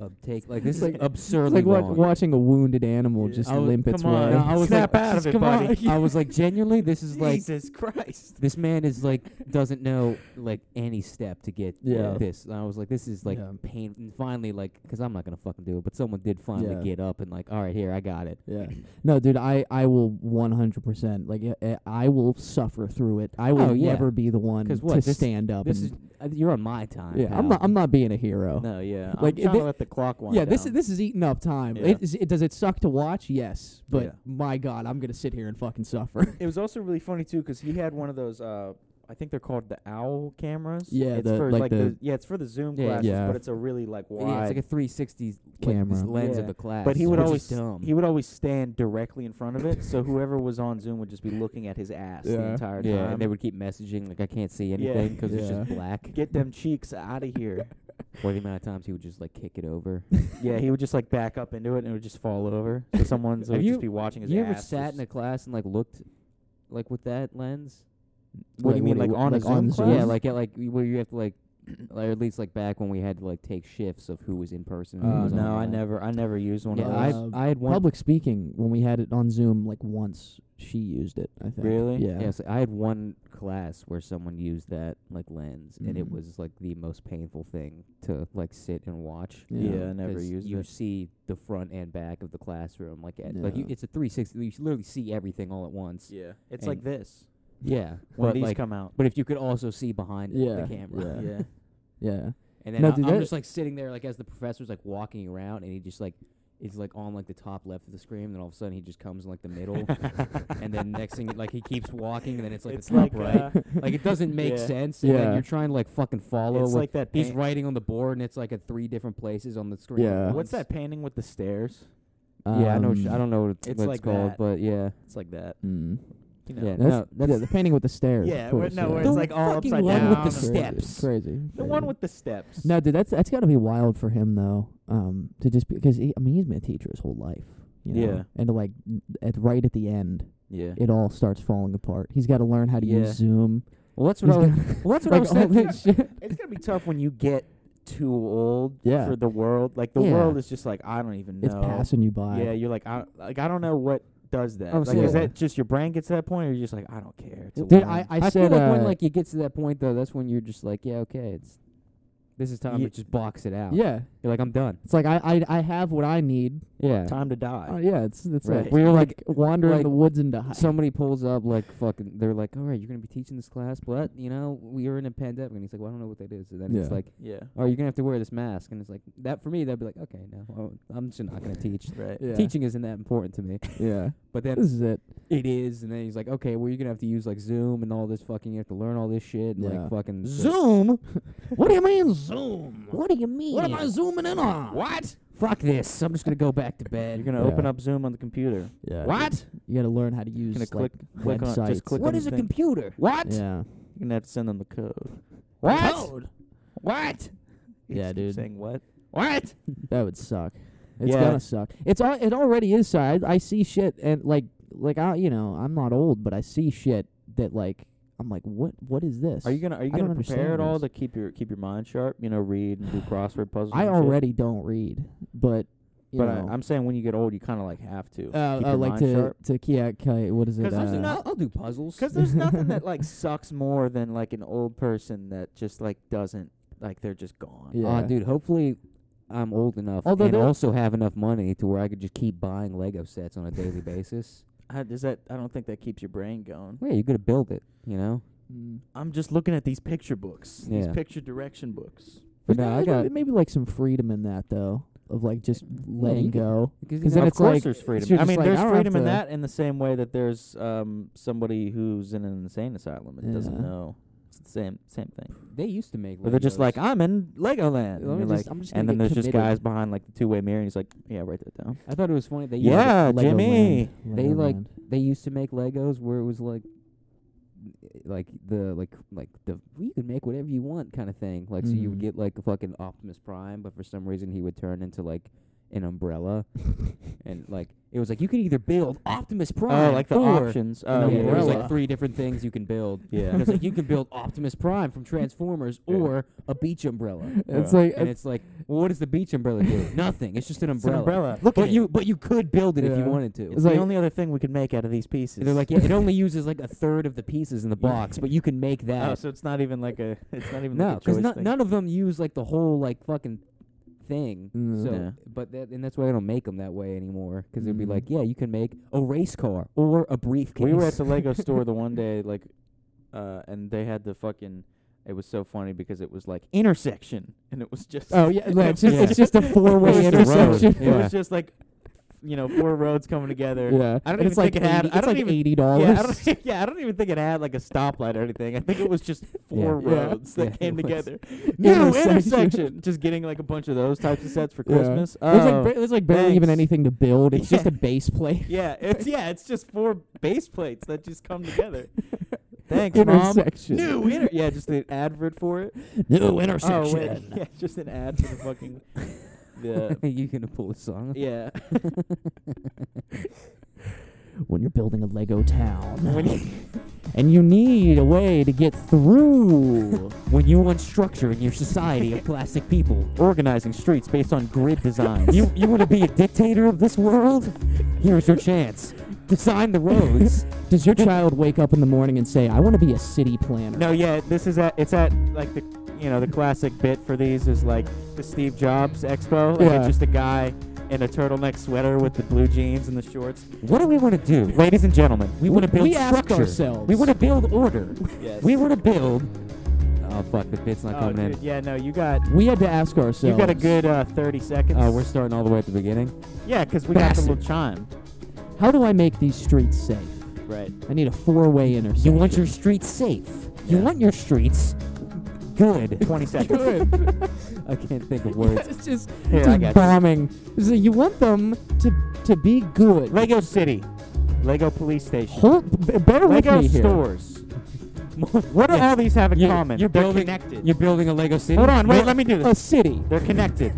uptake like this is
Like-
like absurdly
It's like wa-
wrong.
watching a wounded animal
Yeah.
just
I was-
limp its
come on.
way.
No, I was
Snap
like,
out of
"Just
it,
come on."
buddy.
I was like, genuinely, this is like
Jesus Christ.
this man is like doesn't know like any step to get
Yeah.
this. And I was like, this is like
Yeah.
pain. And finally, like, because I'm not gonna fucking do it, but someone did finally
Yeah.
get up and like, all right, here, I got it.
yeah. No, dude, I, I will 100%. Like, uh, uh, I will suffer through it. I will
Oh, yeah.
never be the one
'Cause
to
what, this-
stand up.
This is
and,
uh, you're on my time.
yeah, I'm
pal.
not, I'm not being a hero.
No, yeah.
Like,
I'm trying
they-
to let the clock wind
Yeah, this is
down.
this is eating up time.
Yeah.
It is, it, does it suck to watch? Yes, but
Yeah.
my God, I'm gonna sit here and fucking suffer.
It was also really funny too because he had one of those. Uh, I think they're called the owl cameras.
Yeah,
it's
the-
for
like
the,
the-
yeah, it's for the Zoom
Yeah,
classes,
yeah.
but it's a really like wide.
Yeah, it's like a 360 like, this
Camera.
lens
Yeah.
of the class.
but he would
which is
always
dumb.
he would always stand directly in front of it, so whoever was on Zoom would just be looking at his ass the
Yeah.
entire
yeah,
time.
and they would keep messaging like I can't see
Yeah.
anything because it's just
Yeah.
black.
get them cheeks out of here.
Or the amount of times he would just like kick it over.
yeah, he would just like back up into it and it would just fall over. So someone
Have
would
you-
just be watching his
you
ass.
ever sat
just-
in a class and like looked like with that lens?
what do you mean, like on a
like on
Zoom
Zoom?
class?
Yeah, like at like where you have to like, or at least like back when we had to like take shifts of who was in person. and who
Uh,
was
no, I
online.
never, I never used one
Yeah,
of
Uh,
those.
I I had one.
Public speaking when we had it on Zoom, like once she used it. I think.
Really?
Yeah.
Yes, I had one class where someone used that like lens, and it
Mm-hmm.
Mm.
was like the most painful thing to like sit and watch.
Yeah.
yeah, I never
'cause
used
you
it.
see the front and back of the classroom like at, like you,
Yeah.
it's a 360 you literally see everything all at once
Yeah, it's like
and-
this
yeah
when
but
these
like
come out.
but if you could also see behind
Yeah,
the camera
yeah.
Yeah.
Yeah.
and then
No,
I,
dude,
am
that-
just like sitting there like as the professor's like walking around and he just like is like on like the top left of the screen and then all of a sudden he just comes in like the middle and then next thing like he keeps walking and then it's like
It's
the top
like,
right
uh,
like it doesn't make
Yeah.
sense and then
Yeah.
you're trying to like fucking follow
it's
what
like that.
he's
paint-
writing on the board and it's like at three different places on the screen at
Yeah.
What's
once.
that painting with the stairs?
yeah, I know.
Um,
I don't know what it's,
it's
what
like
it's called,
that.
but yeah,
It's like that.
Mm.
You
yeah.
know.
That's,
no, that's
yeah, the painting with the stairs.
Yeah,
of
where-
course,
no,
yeah.
where it's like all
fucking
upside
one
down.
with the
and-
stairs. steps.
Crazy.
The one with the steps.
no, dude, that's that's got to be wild for him though. Um, to just because he, I mean, he's been a teacher his whole life. You know?
Yeah.
And to like n- at right at the end,
Yeah.
it all starts falling apart. He's got to learn how to
Yeah.
use Zoom.
well, that's what I
He's
was. Well, that's what I was
like all
thinking.
this shit.
It's gonna be tough when you get too old
Yeah.
for the world. Like the
Yeah.
world is just like I don't even know.
It's passing you by.
Yeah, you're like I like I don't know what does that.
Oh,
like
so-
is that just your brain gets to that point, or you're just like I don't care. It's a
Dude,
worm.
I, I,
I,
said
feel like when
uh,
like it gets to that point though, that's when you're just like, yeah, okay, it's this is time
Ye-
to just box it out.
yeah.
you're like, I'm done.
It's like I I, I have what I need.
Yeah,
time to die.
Uh, yeah, it's it's
Right.
like we were like wandering
like,
the woods into high.
somebody pulls up like fucking. They're like, all right, you're gonna be teaching this class, but you know we are in a pandemic, and he's like, well, I don't know what that is. And then it's
Yeah.
like,
yeah.
oh, you're gonna have to wear this mask, and it's like that for me. That'd be like, okay, no, oh, I'm just not gonna teach.
Right.
Yeah.
Teaching isn't that important to me.
Yeah,
But then
this is it.
it is, and then he's like, okay, well, you're gonna have to use like Zoom and all this fucking. You have to learn all this shit and
Yeah.
like fucking
Zoom? what do you mean Zoom?
What do you mean?
What am I zooming in on? What?
Fuck this! I'm just gonna go back to bed.
You're gonna
Yeah.
open up Zoom on the computer.
Yeah,
What?
You got to learn how to use
Gonna
like
click- click on-
websites.
just click
What
on
is a
thing.
computer?
What?
Yeah,
You're gonna have to send them the code.
What? What?
You
Yeah,
just keep
dude.
Saying what?
What?
that would suck. It's
Yeah.
gonna suck. It's al- it already is. Suck. I, I see shit and like like I you know I'm not old, but I see shit that like I'm like what what is this?
Are you gonna Are you
I don't
gonna prepare at
understand
all
this.
to keep your keep your mind sharp? You know, read and do crossword puzzles.
I
and shit?
already don't read, but you
But I,
know,
I'm saying when you get old, you kind of like have to.
uh,
keep
uh,
your
like
mind
to
sharp.
to yeah, okay, what is it?
'Cause there's
uh,
no-
I'll, I'll do puzzles.
Because there's nothing that like sucks more than like an old person that just like doesn't like they're just gone.
yeah.
Aw, Uh, dude, hopefully I'm old enough
Although
and
there-
also have enough money to where I could just keep buying Lego sets on a daily basis.
How does that? I don't think that keeps your brain going.
Yeah, you got to build it, you know?
Mm.
I'm just looking at these picture books, these
Yeah.
picture direction books.
But
There's
no, I
maybe-
got
maybe like some freedom in that though, of like just letting
you can-
go.
because
'Cause
you
then
know,
it's like-
there's freedom.
you're
I
just
mean,
like,
there's
I don't have
freedom in
to-
that in the same way that there's um somebody who's in an insane asylum and doesn't
Yeah.
know. It's the same same thing.
they used to make.
Or they're just like,
Legos.
I'm in Legoland.
Let
And
me
you're
just-
like-
I'm just gonna
and then
get
there's just
committed.
guys behind like the two way mirror, and he's like, Yeah, write that down.
I thought it was funny. They used to,
Yeah,
Legoland,
Uh, Jimmy.
They, like,
Legoland.
they used to make Legos where it was like, eh, like the like like the you can make whatever you want kind of thing. Like so, you would
Mhm.
get like a fucking Optimus Prime, but for some reason he would turn into like an umbrella, and like it was like you could either build Optimus Prime,
Oh, like the
or
options.
And
Oh,
then
yeah.
there was
umbrella.
like three different things you can build.
Yeah.
And it's like you can build Optimus Prime from Transformers
Yeah.
or a beach umbrella.
It's like
And it's like, well, what does the beach umbrella do? Nothing. It's just an
It's an
umbrella.
umbrella. Look
But
at
you, but you could build it if you
Yeah.
wanted to.
It's
the
like-
only other thing we could make out of these pieces.
And they're like, yeah, it only uses like a third of the pieces in the box, but you can make that.
Oh, so it's not even like a. It's not even
no,
like a choice
no-
thing.
none of them use like the whole like fucking thing.
Mm.
So,
Yeah.
but that, and that's why they don't make them that way anymore. Because they'd be
Mm.
like, yeah, you can make a race car
uh,
or a briefcase.
We were at the Lego store the one day, like, uh, and they had the fucking. It was so funny because it was like intersection, and it was just.
Oh yeah, no, it's just
Yeah.
it's just a four
it was
way
just a
intersection.
road. It was just like, you know, four roads coming together.
Yeah,
I
And
don't even
it's like
think it had-
80
I
it's
don't
like
even-
eighty dollars.
Yeah, I don't, yeah, I don't even think it had like a stoplight or anything. I think it was just four
Yeah.
roads
Yeah,
that
it
came
was.
together. New
Intersection.
intersection. just getting like a bunch of those types of sets for
Yeah.
Christmas.
There's like
Oh.
ba- there's like barely even
thanks.
anything to build. It's just
Yeah.
a base plate.
Yeah, it's yeah, it's just four base plates that just come together. Thanks, mom.
intersection.
New inter- yeah, just an advert for it.
New
Oh
intersection.
wait, yeah, just an ad for the fucking the
you gonna pull a song?
yeah.
When you're building a Lego town,
When you-
and you need a way to get through.
When you want structure in your society of plastic people,
Organizing streets based on grid designs.
you you want to be a dictator of this world? Here's your chance. Design the roads.
Does your child wake up in the morning and say, "I want to be a city planner"?
no, yeah, this is at it's at like the you know the classic bit for these is like the Steve Jobs Expo. Like
Yeah.
it's just a guy in a turtleneck sweater with the blue jeans and the shorts.
What do we want to do, ladies and gentlemen? We want to build
we ask
structure.
ourselves.
We want to build order.
Yes.
We want to build. Oh fuck, the bit's not
Oh,
coming
dude, yeah, no, you got
We had to ask ourselves.
you got a good uh, thirty seconds.
in. Oh, we're starting all the way at the beginning.
yeah, because we got the little chime.
How do I make these streets safe?
Right.
I need a four-way intersection.
You want your streets safe. You
Yeah.
want your streets good.
20 seconds.
I can't think of words.
it's just,
Here,
just
I got you.
bombing. So you want them to to be good.
Lego City. Lego Police Station.
Hold, b- bear
Lego
with me here.
stores. what do all these have in common?
You're
They're
building.
connected.
You're building a Lego city.
Hold on, wait, let me do
A
this.
city.
They're connected.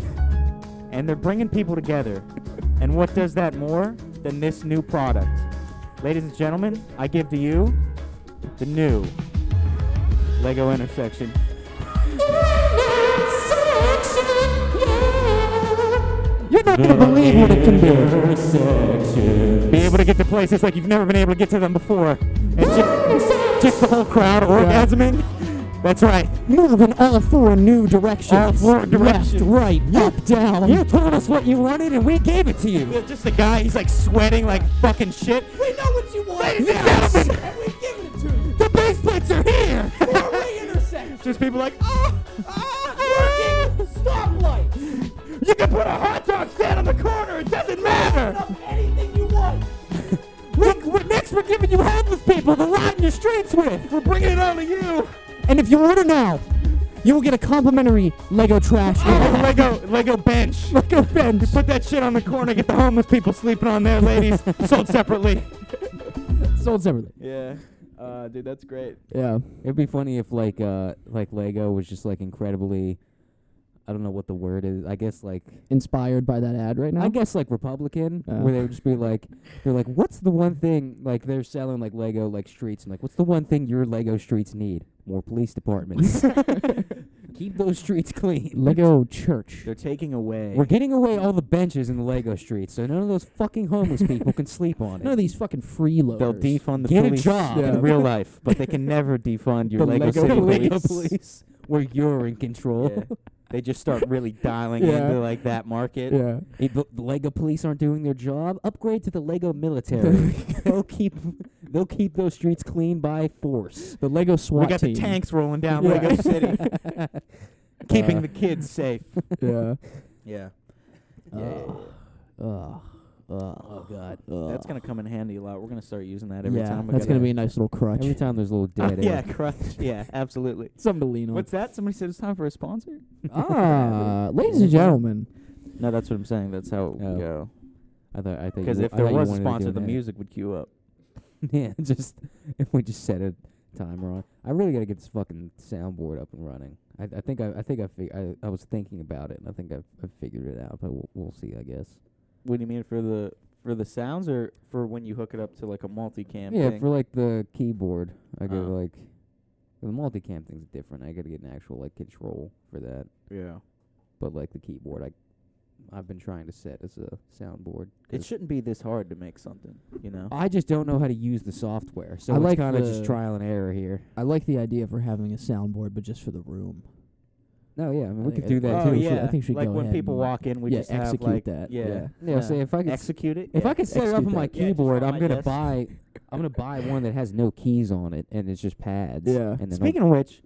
And they're bringing people together. And what does that more than this new product? Ladies and gentlemen, I give to you the new Lego intersection.
Six.
You're not gonna believe what it can do.
Be able to get to places like you've never been able to get to them before. And just, just the whole crowd orgasming. That's right.
Move in all four new directions.
All four directions.
Left, right, up, down.
You told us what you wanted and we gave it to you. Just the guy, he's like sweating like fucking shit. We know what you want. Ladies and gentlemen, and we give it to you. The bass plates are here. Four-way intersection. Just people like, oh, oh, working stoplights. You can put a hot dog stand on the corner. It doesn't matter. anything you want. Look, we're, next we're giving you homeless people to rot in your streets with. We're bringing it on to you.
And if you order now, you will get a complimentary Lego trash.
Oh, Lego, Lego bench.
Lego bench.
You put that shit on the corner, get the homeless people sleeping on there, ladies. Sold separately.
Sold separately.
Yeah. Uh, dude, that's great.
Yeah.
It'd be funny if like uh like Lego was just like incredibly I don't know what the word is. I guess like
Inspired by that ad right now.
I guess like Republican
Uh.
where they would just be like they're like what's the one thing like they're selling like Lego like streets and like what's the one thing your Lego streets need? More police departments. Keep those streets clean.
Lego church.
They're taking away.
We're getting away all the benches in the Lego streets so none of those fucking homeless people can sleep on it.
None of these fucking freeloaders.
They'll defund the
Get a
police
job.
Yeah.
in real life, but they can never defund your
The
Lego,
Lego
City
police.
Police.
where you're in control.
Yeah. They just start really dialing
Yeah.
into like that market.
Yeah.
If the the Lego police aren't doing their job, upgrade to the Lego military. they'll keep they'll keep those streets clean by force.
The Lego SWAT
We got the
team.
tanks rolling down
Yeah.
Lego City, keeping
Uh.
the kids safe.
Yeah.
yeah. Uh,
Ugh. Ugh.
Oh god.
That's gonna come in handy a lot. We're gonna start using that every
yeah,
time. we
that's
gotta-
gonna be a nice little crutch.
Every time there's a little
Oh,
dead
yeah,
air.
crutch. Yeah, absolutely.
Something to lean on.
What's that? Somebody said it's time for a sponsor.
ah, ladies and gentlemen,
No, that's what I'm saying. That's how it would
Oh.
go.
I thought I thought
Because
you-
if
I
there
thought you
was a
wanted to
sponsor,
do
the
that.
music would queue up.
yeah, just if we just set a timer on. I really gotta get this fucking soundboard up and running. I, I think I, I think I, fig- I I was thinking about it and I think I I figured it out, but we'll, we'll see. I guess.
What do you mean for the for the sounds or for when you hook it up to like a multicam?
yeah,
thing?
for like the keyboard, I go
Oh.
like the multicam thing's different. I got to get an actual like control for that.
yeah.
But like the keyboard, I I've been trying to set as a soundboard.
It
'cause
shouldn't be this hard to make something, you know.
I just don't know how to use the software, so
I
it's
like
kind of just
the-
trial and error here.
I like the idea for having a soundboard, but just for the room.
No, yeah, I mean
I
we
think
could
I-
do that
I
oh
too.
we
yeah,
should- I think we should
like
go
when
ahead
people
and,
walk in, we
yeah,
just have,
execute
like,
that.
Yeah,
Yeah.
Yeah, say if I could, s-
execute it.
if
yeah.
I could set it up
execute
on my
that.
Yeah, just
keyboard,
on
I'm
my
gonna
desk.
buy I'm gonna buy one that has no keys on it and it's just pads.
Yeah.
And then I'll-
Speaking of which,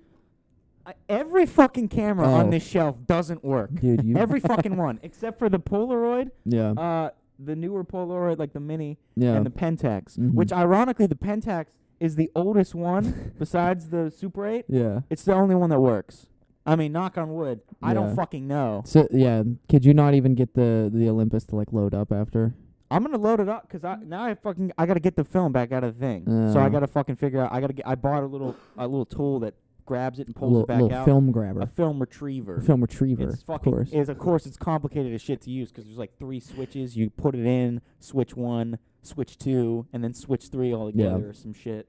I, every fucking camera
Oh.
on this shelf doesn't work.
Dude, you
every fucking one, except for the Polaroid,
yeah,
uh, the newer Polaroid, like the Mini
yeah,
and the Pentax,
Mm-hmm.
Mhm.
which ironically the Pentax is the oldest one besides the Super 8.
yeah.
It's the only one that works. I mean, knock on wood. I
Yeah.
don't fucking know.
So yeah, could you not even get the the Olympus to like load up after?
I'm gonna load it up because I now I fucking I gotta get the film back out of the thing. so
Uh.
I gotta fucking figure out. I gotta get. I bought a little a little tool that grabs it and
A
pulls
little,
it back
little
out.
film
A
grabber,
film retriever.
film retriever,
It's
of
fucking.
course.
Is of course it's complicated as shit to use because there's like three switches. You put it in switch one, switch two, and then switch three all
Yeah.
together or some shit.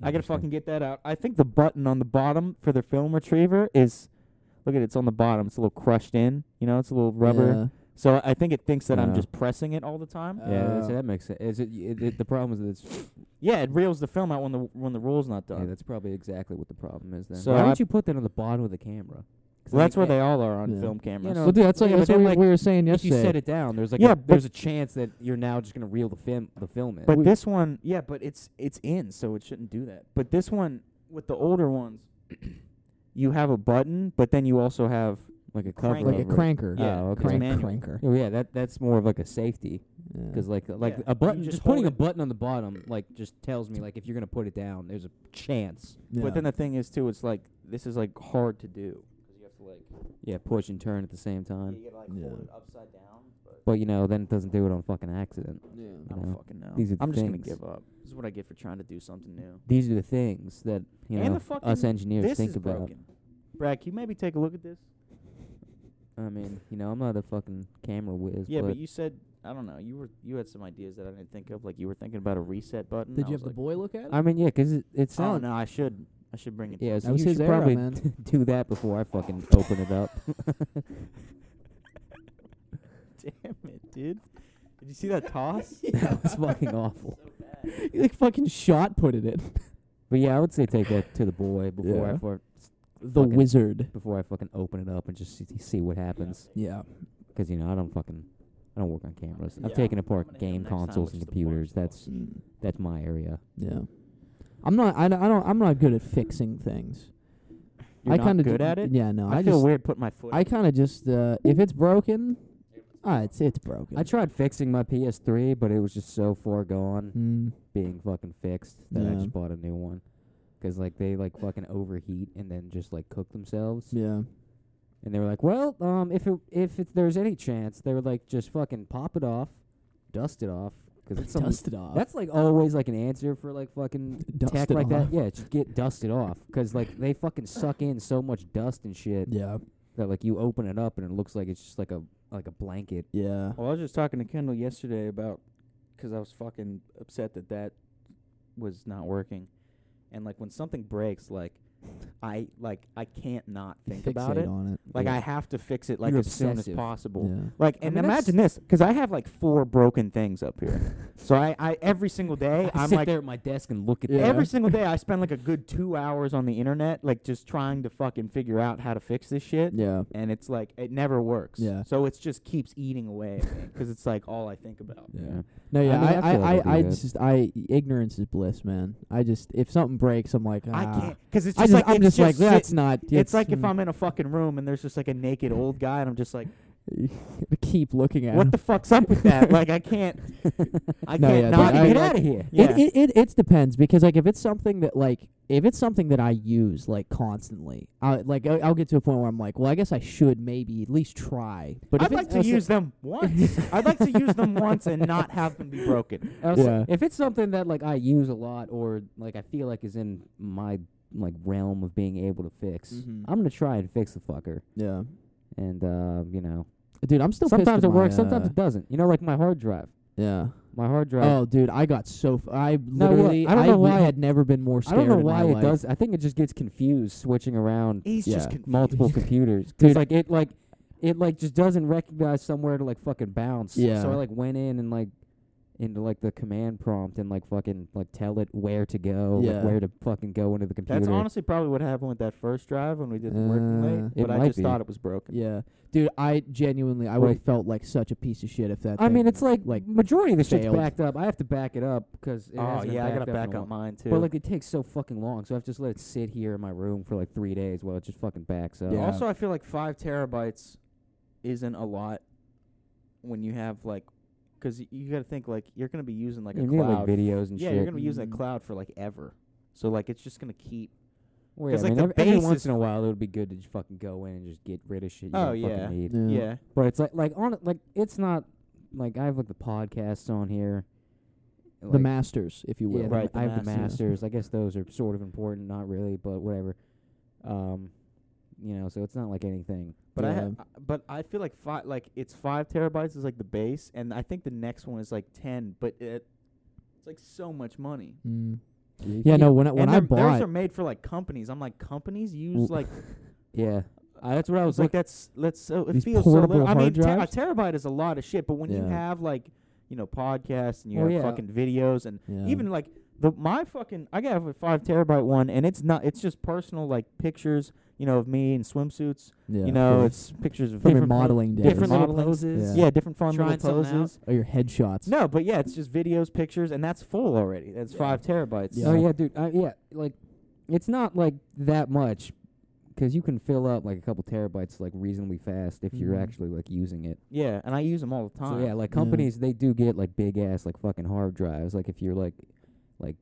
I gotta
Interesting.
fucking get that out. I think the button on the bottom for the film retriever is, look at it, it's on the bottom. It's a little crushed in. You know, it's a little rubber. So I- I think it thinks that I'm
Yeah.
just pressing it all the time.
Yeah.
yeah, that's-
Uh,
that makes sense. Is it, it, it the problem is that it's
Yeah, it reels the film out when the when the roll's not
Yeah,
done.
that's probably exactly what the problem is then.
So
Why
I-
don't you put that on the bottom of the camera? 'Cause
well,
I
that's where
think
they all are on
Yeah.
film cameras.
know,
well, dude, that's like
yeah,
that's
but
what
then,
we,
like,
we were saying
If you
yesterday.
set it down, there's like
Yeah,
a, there's a chance that you're now just gonna reel the film the film in.
but
we-
this one, yeah, but it's it's in, so it shouldn't do that. But this one with the older ones, you have a button, but then you also have
like a cover,
crank
like a
over it.
cranker,
yeah,
Oh,
it's
okay.
crank
manual.
cranker.
Oh yeah, that that's more of like a safety because like like
Yeah,
a button
you
just,
just
putting a
hold
button on the bottom like just tells me like if you're gonna put it down, there's a chance.
But then the thing is too, it's like this is like hard to do.
Yeah, push and turn at the same time.
gotta like
hold it
upside down. But
But you know, then it doesn't do it on fucking accident.
I
you
don't
know.
fucking know.
These are the
I'm just gonna
things.
give up. This is what I get for trying to do something new.
These are the things that you
And
know
the fucking-
us engineers
this
think
is
about.
broken. Brad, can you maybe take a look at this?
I mean, you know, I'm not a fucking camera whiz.
Yeah,
but
but you said I don't know. You were you had some ideas that I didn't think of. Like you were thinking about a reset button. I was like,
boy look at
I mean, yeah, 'cause it, it
Oh
sounds.
no, I should I should bring it.
Yeah, so
Um, That was
you
his
should
era,
probably
man.
do that before I fucking open it up.
Damn it, dude. Did you see that toss?
that was fucking awful. You like fucking shot put it in.
But yeah, I would say take that to the boy before
Yeah.
I for,
The
Fucking-
wizard.
before I fucking open it up and just see, see what happens.
Yeah.
Because you know I don't fucking I don't work on cameras. I've
Yeah.
taken apart
gonna hit him
game
next time,
consoles
which
and
is the
computers.
boy's fault.
That's that's my area.
Hmm.
Yeah. I'm not. I, don't- I don't. I'm not good at fixing things.
You're
I
not
kind of
good at it?
Yeah. No. I,
I, feel
just.
weird putting my foot.
I kind of just. Uh, if it's broken, ah, it's it's broken.
I tried fixing my PS3, but it was just so far gone.
Mm,
being fucking fixed that I
Yeah.
just bought a new one. Cause like they like fucking overheat and then just like cook themselves.
yeah.
And they were like, well, um, if it, if it, there's any chance, they would like just fucking pop it off, dust it off. Cause it's something-
Dusted off.
That's like always like an answer for like fucking
Dust
tech
it
like
off.
that. Yeah, just get dusted off. Cause like they fucking suck in so much dust and shit
Yeah.
that like you open it up and it looks like it's just like a like a blanket.
Yeah.
Well, I was just talking to Kendall yesterday about because I was fucking upset that that was not working, and like when something breaks, like I like I can't not think about
Fixate
it.
on it.
Like
yeah.
I have to fix it like
You're
as soon
obsessive.
as possible.
Yeah.
Like,
I
and
mean,
imagine this, because I have like four broken things up here. so I, I every single day
I
I'm
sit
like
there at my desk and look at
Yeah.
that.
every single day I spend like a good two hours on the internet, like just trying to fucking figure out how to fix this shit.
Yeah.
And it's like it never works.
Yeah.
So it just keeps eating away because it's like all I think about.
Yeah. No, yeah,
mean,
I,
I
I,
feel
I,
like I
I,
do that.
just, I, ignorance is bliss, man. I just, if something breaks, I'm like, ah.
I can't because it's
I
just
just,
like
I'm
it's
just, like,
sit-
that's not.
It's like if
mm."
I'm in a fucking room and there's just like a naked old guy and I'm just like,
keep looking at
what
him.
the fuck's up with that? Like I can't, I
No,
can't
yeah,
not
dude, I-
get
like-
out of here.
It, it, it, it depends because like if it's something that like if it's something that I use like constantly, I like I, I'll get to a point where I'm like, well, I guess I should maybe at least try. But
I'd
if
like
it's,
to use them once. I'd like to use them once and not have them be broken.
I was like,
Yeah.
if it's something that like I use a lot or like I feel like is in my like realm of being able to fix,
Mhm.
I'm gonna try and fix the fucker.
yeah,
And uh, you know,
dude, I'm still pissed
sometimes
at
it
my,
works,
uh,
sometimes it doesn't. You know, like my hard drive.
yeah.
My hard drive.
Oh, dude, I got so f- I
what-
literally
I don't know why-
had never been more
I
scared.
don't know
in my
why it
life.
does. I think it just gets confused switching around
He's just
Yeah.
confused.
multiple computers. Cause
Dude.
like it like it like just doesn't recognize somewhere to like fucking bounce.
Yeah.
So I like went in and like into like the command prompt and like fucking like tell it where to go,
Yeah.
like where to fucking go into the computer.
That's honestly probably what happened with that first drive when we did the working
Uh,
late.
it
But I
might
just
be.
thought it was broken.
Yeah, dude, I genuinely I would have
Like-
felt like such a piece of shit if that.
I mean,
thing,
it's like
like
majority of the shit's
failed.
backed up. I have to back it up because
Oh yeah, I gotta back up mine too.
But like it takes so fucking long, so I have to just let it sit here in my room for like three days while it just fucking backs up.
Yeah.
Also, I feel like five terabytes isn't a lot when you have like, because you gotta think like you're gonna be using like
you
a
need like
cloud.
videos and
yeah,
shit.
you're gonna be using a
Mm.
cloud for like ever. So like it's just gonna keep.
Well,
'Cause,
yeah, I
like,
mean,
the
every, every
base
once
is
in a while, it would be good to just fucking go in and just get rid of shit. You
Oh,
don't fucking
yeah.
need.
yeah.
Yeah.
But it's like like on like it's not like I have like the podcasts on here.
the
like,
masters, if you will.
Yeah, the-
Right, the
I have the
masters.
masters. I guess those are sort of important, not really, but whatever. Um, you know, so it's not like anything.
But I,
Yeah.
ha- I- but I feel like five, like it's five terabytes is like the base, and I think the next one is like ten. But it, it's like so much money.
Mm. Yeah, no. When I, when
and
I
they're- those
bought,
are made for like companies. I'm like companies use
W-
like
yeah, I, that's what I
I
was
was
like.
like that's let's so it
These
feels so little.
portable
I mean
hard
te- a
drives?
terabyte is a lot of shit, but when you
Yeah. Oh,
have like you know podcasts and you
Well,
have
yeah.
fucking videos and
yeah.
even like the my fucking I got a five terabyte one and it's not it's just personal like pictures you know of me in swimsuits
yeah.
you know
yeah.
it's pictures of
From your
different po-
modeling days.
different little
Modeling.
poses
Yeah.
yeah, different fun
Trying
little
something out.
poses
or your headshots.
no but yeah it's just videos pictures and that's full already that's five terabytes
Yeah.
Oh yeah, dude. I, yeah, like it's not like that much because you can fill up like a couple terabytes like reasonably fast if you're
Mm-hmm.
Mhm.
actually like using it.
yeah and I use them all the time
So yeah, like
Yeah.
companies they do get like big ass like fucking hard drives. Like if you're like like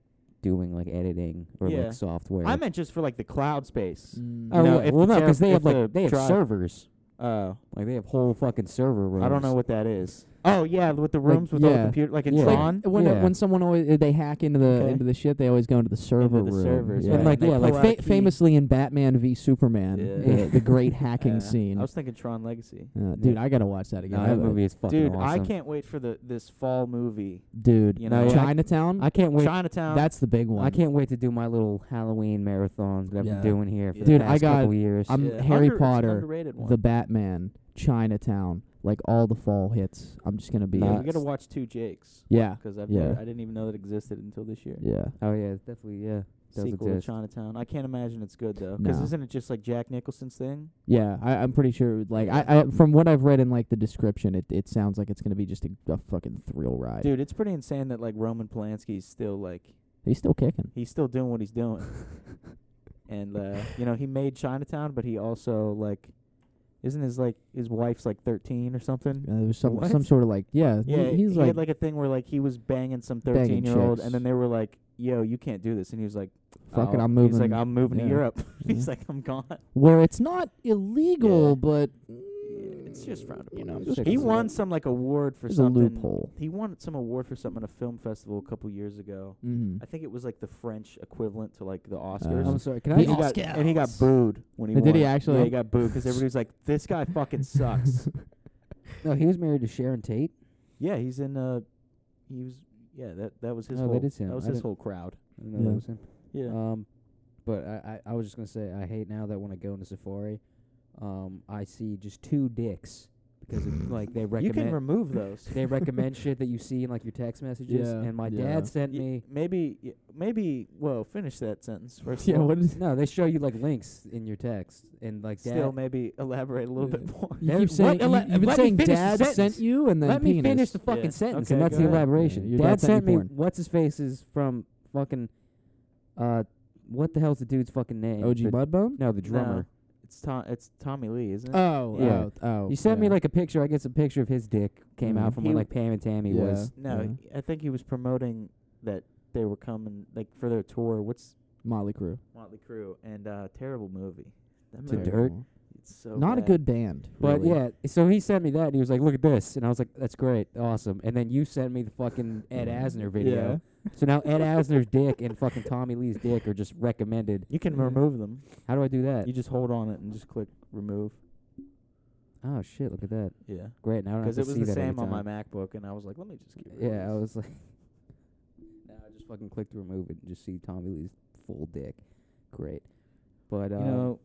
doing like editing or
Yeah.
like software.
I meant just for like the cloud space
Mm.
oh
no,
yeah,
if
well
the
no,
ter-
because they
if
have
the
like they have
drive-
servers.
oh
Like they have whole fucking server rooms.
I don't know what that is. Oh yeah, with the rooms with all
yeah.
the computer, like in
Yeah.
Like,
Tron.
when
Yeah.
when someone always uh, they hack into the
Okay.
into the shit, they always go into the server
the
room.
servers,
yeah.
right,
And like
and they
yeah, like
pull out a
fa-
key.
famously in Batman v Superman,
Yeah.
the, the great hacking
Uh,
scene.
I was thinking Tron Legacy.
Uh, dude, I gotta watch that again.
No,
I-
that movie is fucking
Dude, I
awesome.
can't wait for the this fall movie,
dude,
you know, I-
Chinatown.
I can't wait.
Chinatown.
that's the big one.
I can't wait to do my little Halloween marathon that I've
Yeah.
been doing here for
Dude,
the
I
past
got-
couple years.
I'm
Yeah.
Harry
Under- it's an
Potter,
underrated one.
the Batman, Chinatown. like all the fall hits. I'm just gonna be
Yeah,
a-
we gotta watch Two Jakes
yeah,
because I've
Yeah.
never, I didn't even know that existed until this year.
yeah.
Oh yeah, it's definitely yeah. Does
Sequel to
exist.
Chinatown. I can't imagine it's good though, because
No.
isn't it just like Jack Nicholson's thing?
Yeah, I, I'm pretty sure. Like, I, I from what I've read in like the description, it it sounds like it's gonna be just a, a fucking thrill ride.
Dude, it's pretty insane that like Roman Polanski's still like
He's still kicking.
he's still doing what he's doing, and uh, you know he made Chinatown, but he also like, isn't his like his wife's like thirteen or something?
Uh, there was some
What?
some sort of like yeah. he-
Yeah,
he's
he
like,
had like a thing where like he was banging some
Banging
thirteen year old,
chicks.
and then they were like, "Yo, you can't do this," and he was like,
Fuck it,
"Oh."
I'm
He's like,
moving.
"I'm moving
Yeah.
to Europe."
Mhm.
he's like, "I'm gone."
where it's not illegal,
Yeah.
but
it's just frowned upon.
You know,
It's
just
just
He
Because of
won
it.
some like award for
There's a
something.
loophole.
He won some award for something at a film festival a couple years ago.
Mm-hmm.
I think it was like the French equivalent to like the Oscars.
I'm
sorry,
can
and
I-
he got, and he got booed when he
Did
won.
he actually?
Yeah, he got booed because everybody was like, "This guy fucking sucks."
No, he was married to Sharon Tate.
yeah, he's in. uh He was. Yeah, that that was his.
Oh, that
whole,
is him.
was
I
his
didn't-
whole crowd. Uh,
I didn't know that
Yeah.
was him.
Yeah.
Um, but I, I, I was just gonna say I hate now that when I go into Safari, um, I see just two dicks because it, like they
you can
recommend
remove those.
they recommend shit that you see in like your text messages.
Yeah.
And my
Yeah.
dad sent
Y-
me.
maybe y- maybe well finish that sentence first.
Yeah,
of all.
what is?
No, they show you like links in your text and like dad.
Still, maybe elaborate a little
Yeah.
bit more.
You
Dad-
keep
what?
saying you,
Ele-
have been
let me
saying
finish the
dad
sentence.
sent you, and then
Let me
penis.
finish the
Yeah.
fucking sentence,
Okay,
and that's
go
the
ahead.
elaboration.
Yeah, your dad
Dad
sent you
sent me
porn.
what's his face is from fucking, uh, what the hell's the dude's fucking name?
OG
The-
Mudbone.
No, the
No,
drummer.
It's Tom. It's Tommy Lee, isn't it?
Oh,
Yeah.
oh, oh.
You sent me
yeah.
like a picture. I guess a picture of his dick came
Mhm.
out from
He
when
w-
like Pam and Tammy
Yeah.
was.
No,
Yeah.
he- I think he was promoting that they were coming like for their tour. What's
Motley Crue.
Motley Crue and uh terrible movie. That
To
movie,
Dirt.
It's so
Not a
bad.
good band.
But
really.
yeah, so he sent me that, and he was like, "Look at this," and I was like, "That's great, awesome." And then you sent me the fucking Ed
Mm-hmm.
Asner video. So now Ed Asner's dick and fucking Tommy Lee's dick are just recommended.
You can remove them.
How do I do that?
You just hold on it and just click remove.
Oh shit! Look at that.
Yeah,
Great. Now I don't have
because
to
it was
see
the
that every
same on my
time.
MacBook, and I was like, let me just get rid of
Yeah, I
this.
was like, now I just fucking click to remove it and just see Tommy Lee's full dick. Great. But uh,
you know,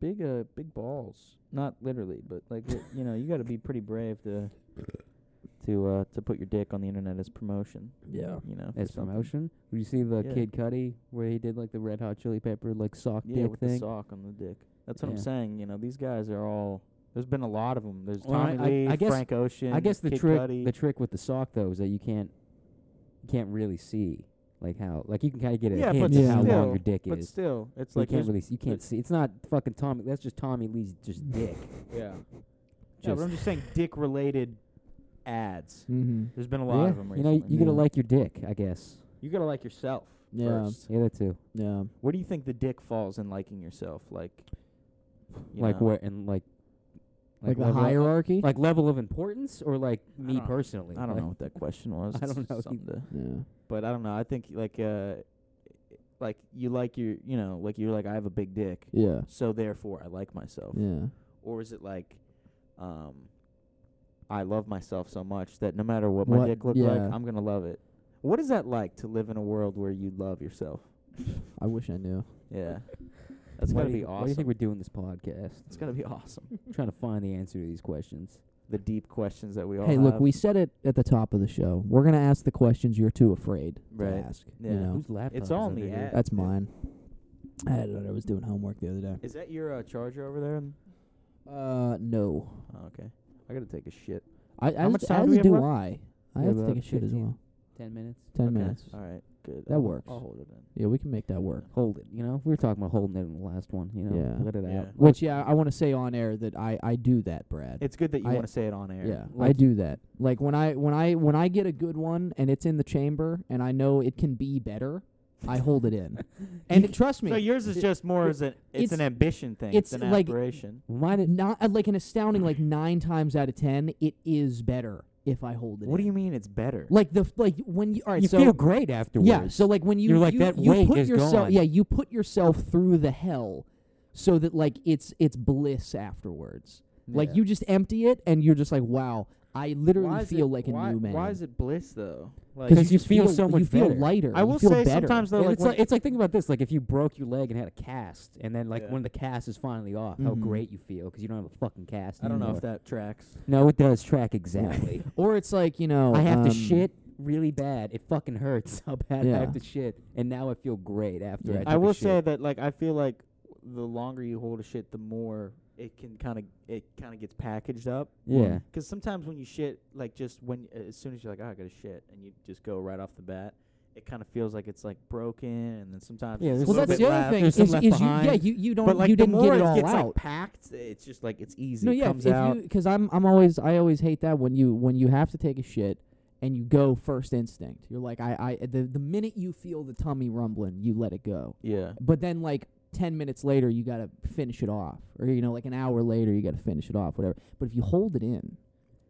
big uh, big balls. Not literally, but like it- you know, you got to be pretty brave to to uh to put your dick on the internet as promotion.
Yeah.
you know, for
as
something.
promotion, did you see the
Yeah.
Kid Cudi where he did like the Red Hot Chili Pepper like sock
Yeah,
dick
with the
thing?
sock on the dick. That's what I'm
Yeah.
saying. You know, these guys are all. There's been a lot of them. There's
Well, I-
Tommy
I-
Lee,
I guess-
Frank Ocean.
I guess the
Kid
trick
Cudi.
the trick with the sock though is that you can't you can't really see like how like you can kind of get a
yeah,
hint
but
Yeah.
of
Still,
how long your dick
but
is.
still, it's
But
like
you can't
there's-
really see, you can't see. It's not fucking Tommy. That's just Tommy Lee's just dick.
yeah. yeah, but I'm just saying dick related ads.
Mm-hmm.
There's been a lot
Yeah,
of them
You know,
recently.
you gotta
Yeah.
like your dick, I guess.
you gotta like yourself
Yeah.
first.
Yeah, that too.
Yeah.
Where do you think the dick falls in liking yourself? Like, you
like
know?
where and like
Like, the
level-
hierarchy.
like level of importance or like me
don't-
personally.
I don't
Like,
know what that question was.
I
It's
don't
just
know
something to-
yeah.
but I don't know. I think like uh, like you like your you know like you're like I have a big dick.
Yeah.
so therefore I like myself?
Yeah.
Or is it like, um, I love myself so much that no matter what my
What-
dick look like,
yeah.
I'm gonna love it. What is that like to live in a world where you love yourself?
I wish I knew.
Yeah, that's
why
gotta
do
be
you-
awesome.
Why do you think we're doing this podcast?
it's gotta be awesome.
trying to find the answer to these questions.
the deep questions that we all
hey,
have.
look, we said it at the top of the show. We're gonna ask the questions you're too afraid to
Right.
ask.
Yeah.
You know,
Whose laptop?
It's
is
all in
under
the
here?
app.
that's mine. I had it on. I was doing homework the other day.
Is that your uh, charger over there?
Uh, no.
Oh, okay, I gotta take a shit.
I, I
How much
as,
time
as
do we have
do
left?
I. I
We
have
have
to take a
about
shit as
15.
well.
ten minutes.
Ten
Okay.
minutes.
All right, good.
That
I'll-
works.
I'll hold it in.
Yeah, we can make that work.
Hold it. You know, we were talking about holding it in the last one. You know,
Yeah.
let it
Yeah.
out.
Which yeah, I want to say on air that I I do that, Brad.
It's good that you
I-
want to say it on air.
yeah, I
Like-
do that. Like when I when I when I get a good one and it's in the chamber and I know it can be better, I hold it in. and it, trust me,
So yours is just more as an it's,
it's-
an ambition thing.
it's
It's, an
like-
aspiration.
Why did?
not uh, like an astounding like nine times out of ten, it is better if I hold it.
What do
in.
you mean it's better?
like the f- like when you all right?
you
so
feel great afterwards.
yeah, so like when you
You're like,
you,
that
you
weight
put
is
yourself
gone.
yeah you put yourself through the hell so that like it's it's bliss afterwards. Like
Yeah.
you just empty it and you're just like wow I literally
Why is
feel
it-
like a
why,
new man.
Why is it bliss though? Like
'Cause
Because
you
you feel so much
you feel
better.
lighter.
I
you
will
feel
say
better.
sometimes though,
And
like,
it's
when-
like it's like think about this: like if you broke your leg and had a cast, and then like
Yeah.
when the cast is finally off, how
Mhm.
great you feel because you don't have a fucking cast.
I don't know
anymore.
if that tracks.
No, it does track exactly.
Or it's like you know,
I have to
um,
shit really bad. It fucking hurts how bad I
Yeah.
have to shit, and now I feel great after
Yeah.
I. Took
I will
a shit.
say that like I feel like the longer you hold a shit, the more it can kind of it kind of gets packaged up.
Yeah.
Because sometimes when you shit, like just when as soon as you're like, oh, I got to shit, and you just go right off the bat, it kind of feels like it's like broken, and then sometimes
Yeah,
it's a
there's
Well,
little
that's
bit
the other
left.
thing
there's
is,
some
is
left
you,
behind.
yeah, you you don't
But like
you
the
didn't
more
get it
it
all
gets
out.
like packed, it's just like it's easy.
no,
it
yeah,
comes
if
out.
you because I'm I'm always I always hate that when you when you have to take a shit and you go first instinct. You're like I I the the minute you feel the tummy rumbling, you let it go.
yeah.
But then like ten minutes later, you gotta finish it off, or you know like an hour later, you gotta finish it off, whatever. But if you hold it in,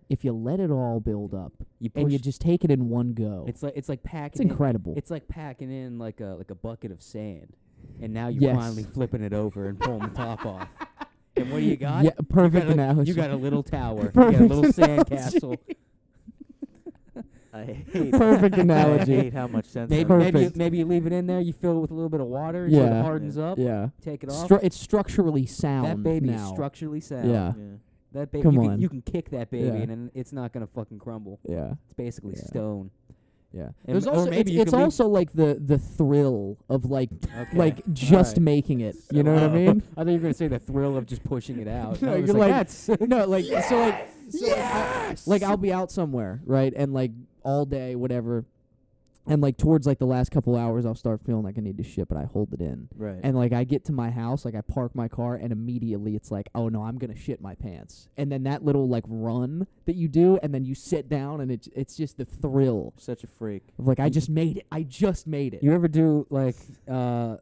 if you let it all build up
you
and you
push-
just take it in one go, it's,
It's like it's like packing. in-
incredible.
It's like packing in like a like a bucket of sand, and now you're
Yes.
finally flipping it over and pulling the top off. And what do you got?
yeah,
you
perfect
got a,
analogy.
You got a little tower. you got a little sandcastle.
I hate.
perfect
I
analogy.
hate how much sense.
Maybe
that
Perfect.
maybe you, maybe you leave it in there. You fill it with a little bit of water. so
Yeah.
it hardens up.
yeah,
Take it off.
Stru- it's structurally sound.
that baby
now.
is structurally sound.
Yeah,
makes. Yeah.
That baby.
Come
you
on.
Can, you can kick that baby,
Yeah.
and then it's not gonna fucking crumble.
yeah.
It's basically
Yeah.
stone.
Yeah.
And
There's
m- or
also
maybe
it's,
you
it's
could leave-
also like the the thrill of like
Okay.
like just
Alright.
making it. You know what I
Oh.
mean?
I thought you were gonna say the thrill of just pushing it out.
No,
I was
you're like-
that's
no, like so like so like, I- like I'll be out somewhere, right? And like all day whatever. And like towards like the last couple hours I'll start feeling like I need to shit, but I hold it in.
Right.
And like I get to my house, like I park my car, and immediately it's like, oh no, I'm gonna shit my pants. And then that little like run that you do, and then you sit down, and it's it's just the thrill
Such a freak.
of like I just made it, I just made it.
You ever do like uh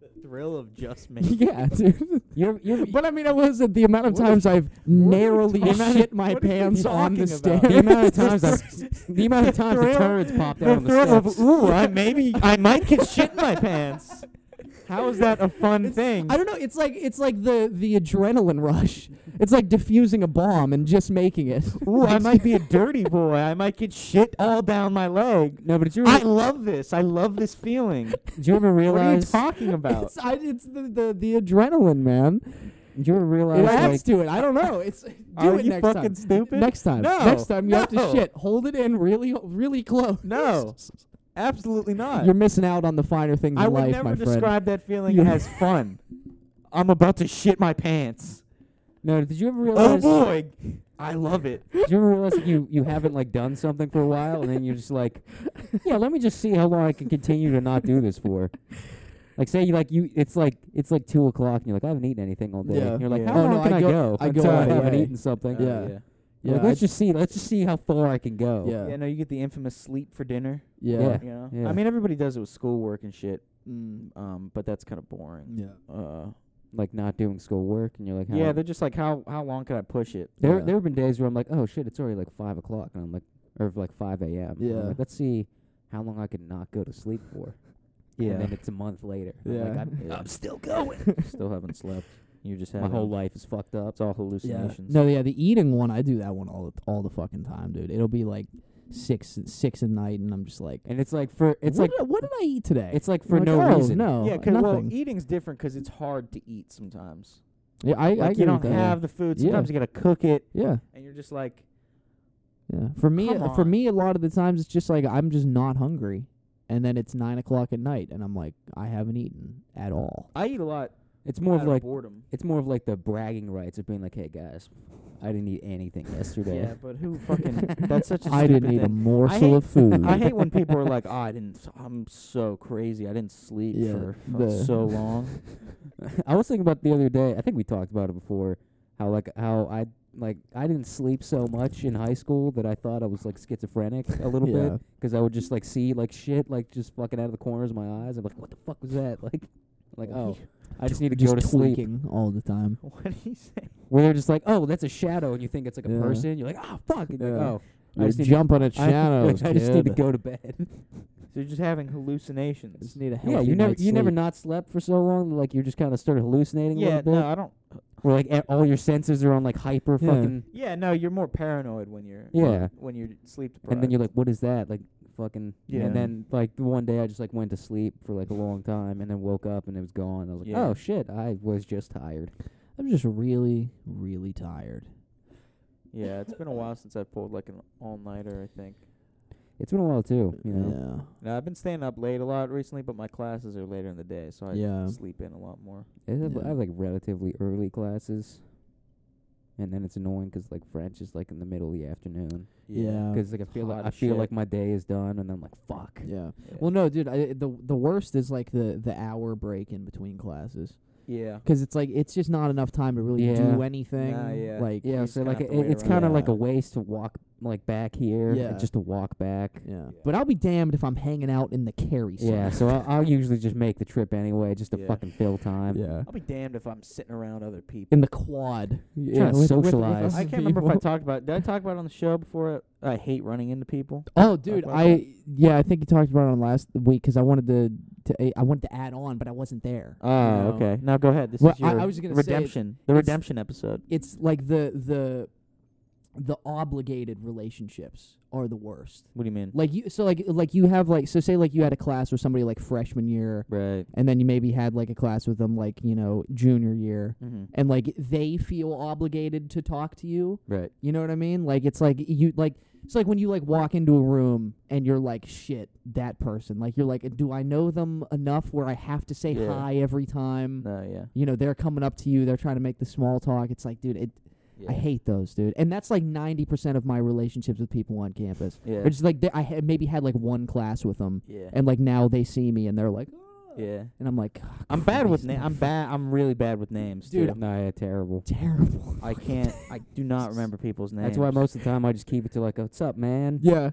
The thrill of just making.
yeah, dude.
you ever, you ever,
But I mean, I was at the amount of
What are
times I've narrowly
talking-
shit my
what are you
pants on the
talking
stairs.
about?
the amount of times I the amount of times the
thrill-
turds popped out
the
on the
thrill
steps.
of ooh, I maybe I might get shit in my pants. How is that a fun
It's-
thing?
I don't know. It's like it's like the the adrenaline rush. It's like diffusing a bomb and just making it.
Ooh, I might be a dirty boy. I might get shit all down my leg.
no, but did you
I
ever,
love this. I love this feeling.
did you ever
What are you
realize?
talking about?
It's, I, it's the, the the adrenaline, man.
did you ever
It
realize?
adds
Like,
to it. I don't know. It's do
Are
it
you
next
fucking
time.
stupid?
Next time.
No.
Next time you have to
No.
shit. Hold it in really really close.
No, absolutely not.
You're missing out on the finer things
I
in
would
life,
never
my friend.
describe that feeling
You-
as fun. I'm about to shit my pants.
no, did you ever
Oh
realize?
boy, I love it.
Did you ever realize that you you haven't like done something for a while, and then you're just like, yeah, let me just see how long I can continue to not do this for. Like say you like you it's like it's like two o'clock and you're like I haven't eaten anything all day.
Yeah.
And you're like
Yeah.
how
Oh, no,
long can
I
I,
go-
go?
I go
until I
all the
haven't
way.
eaten something.
Oh,
Uh, Yeah.
You're like,
Yeah,
let's
I-
just see let's just see how far I can go.
Yeah.
Yeah. No, you get the infamous sleep for dinner.
Yeah.
You know.
Yeah.
I mean, everybody does it with schoolwork and shit.
Mm,
Um, but that's kind of boring.
yeah.
Uh.
Like not doing school work and you're like how
Yeah, they're just like, how how long can I push it?
There,
Yeah.
there have been days where I'm like, oh shit, it's already like five o'clock, and I'm like, or like five a.m. and I'm
Yeah.
like, let's see how long I can not go to sleep for. And then it's a month later. and I'm
Yeah.
like, I'm,
Yeah.
I'm still going.
still haven't slept. You just
My
having-
whole life is fucked up.
It's all
Yeah.
hallucinations.
No, yeah, the eating one, I do that one all the, all the fucking time, dude. It'll be like six six at night, and I'm just like,
And it's like for it's
what
like
did I- what did I eat today?
it's like for
I'm like,
no
oh,
reason.
No,
Yeah,
nothing.
well, e-, eating's different 'cause it's hard to eat sometimes.
yeah, I, I
Like
agree
you don't
with that.
have the food.
Yeah.
Sometimes you gotta cook it,
Yeah,
and you're just like,
yeah. For me,
Come
for
on.
me, a lot of the times it's just like I'm just not hungry, and then it's nine o'clock at night, and I'm like, I haven't eaten at all.
I eat a lot.
It's more
out
of like
boredom.
it's more of like the bragging rights of being like, hey guys, I didn't eat anything yesterday.
Yeah, but who fucking? That's such a
I
stupid
didn't eat a
thing.
morsel
hate-
of food.
I hate when people are like, oh, I didn't. I'm so crazy. I didn't sleep
Yeah,
for f-
the-
so long.
I was thinking about the other day. I think we talked about it before. How like how I like I didn't sleep so much in high school that I thought I was like schizophrenic a little bit. 'Cause
Yeah.
I would just like see like shit like just fucking out of the corners of my eyes. I'm like, what the fuck was that? Like, like oh, I just need to
just
go to sleep.
tweaking all the time.
what do you say?
Where they're just like, oh, that's a shadow, and you think it's like a
Yeah.
person. You're like, oh fuck, and you're like,
Yeah.
oh, I
You're
just need to-
jumping at
I-
shadows,
I just need to
kid.
go to bed.
So you're just having hallucinations.
Just need a
yeah,
healthy
you never
night's
you never
sleep.
not slept for so long. Like you just kind of started hallucinating a
Yeah,
little bit.
no, I don't.
Where like e- all your senses are on like hyper
Yeah.
fucking.
Yeah, no, you're more paranoid when you're
Yeah.
when you're sleep deprived.
And then you're like, what is that? Like fucking.
Yeah.
And then like one day I just like went to sleep for like a long time and then woke up and it was gone. I was like,
Yeah.
oh shit, I was just tired.
I'm just really, really tired.
yeah, it's been a while since I pulled like an all nighter. I think.
It's been a while too. You know.
Now I've been staying up late a lot recently, but my classes are later in the day, so I
Yeah.
sleep in a lot more.
I have,
Yeah.
I have like relatively early classes, and then it's annoying 'cause like French is like in the middle of the afternoon.
Yeah. Yeah.
'Cause like I feel
Hot
like I
as
feel
shit.
like my day is done, and I'm like fuck.
Yeah. Yeah.
Yeah.
Well, no, dude. I, the the worst is like the the hour break in between classes.
yeah.
'Cause it's like it's just not enough time to really
Yeah.
do anything.
Nah, yeah.
Like
Yeah,
just
so
kinda
like
have
it,
to wait
it's
around.
kind of like
Yeah.
a waste to walk like back here,
Yeah.
and just to walk back.
yeah. But I'll be damned if I'm hanging out in the carry.
Yeah, so I'll, I'll usually just make the trip anyway, just to
Yeah.
fucking fill time.
Yeah.
I'll be damned if I'm sitting around other people.
In the quad.
Trying to
with- with- with
socialize.
other
I can't remember if I
people.
talked about. Did I talk about it on the show before? I, I hate running into people.
Oh, dude,
about
I yeah, I think you talked about it on last week 'cause I wanted to, to I wanted to add on, but I wasn't there.
Oh,
you know?
okay. Now go ahead. This
Well,
is
I-
your
I was gonna say it-
redemption. the
it's-
redemption episode.
It's like the the the obligated relationships are the worst.
What do you mean?
Like you, so like like you have like so say like you had a class with somebody like freshman year,
Right.
and then you maybe had like a class with them like you know junior year,
Mm-hmm.
and like they feel obligated to talk to you.
Right.
You know what I mean? Like it's like you like it's like when you like walk into a room and you're like shit that person. Like you're like do I know them enough where I have to say
Yeah.
hi every time?
No, Mm-hmm. Oh, yeah.
You know they're coming up to you, they're trying to make the small talk. It's like dude, it I hate those, dude. And that's like 90% of my relationships with people on campus.
Yeah.
Or just like they, I ha- maybe had like one class with them
Yeah.
and like now they see me and they're like
Yeah.
and I'm like
I'm bad with
Christ.
na- I'm bad. I'm really bad with names,
Dude,
too.
No, yeah, terrible.
terrible.
I can't. I do not remember people's names.
That's why most of the time I just keep it to like, a, what's up, man?
Yeah.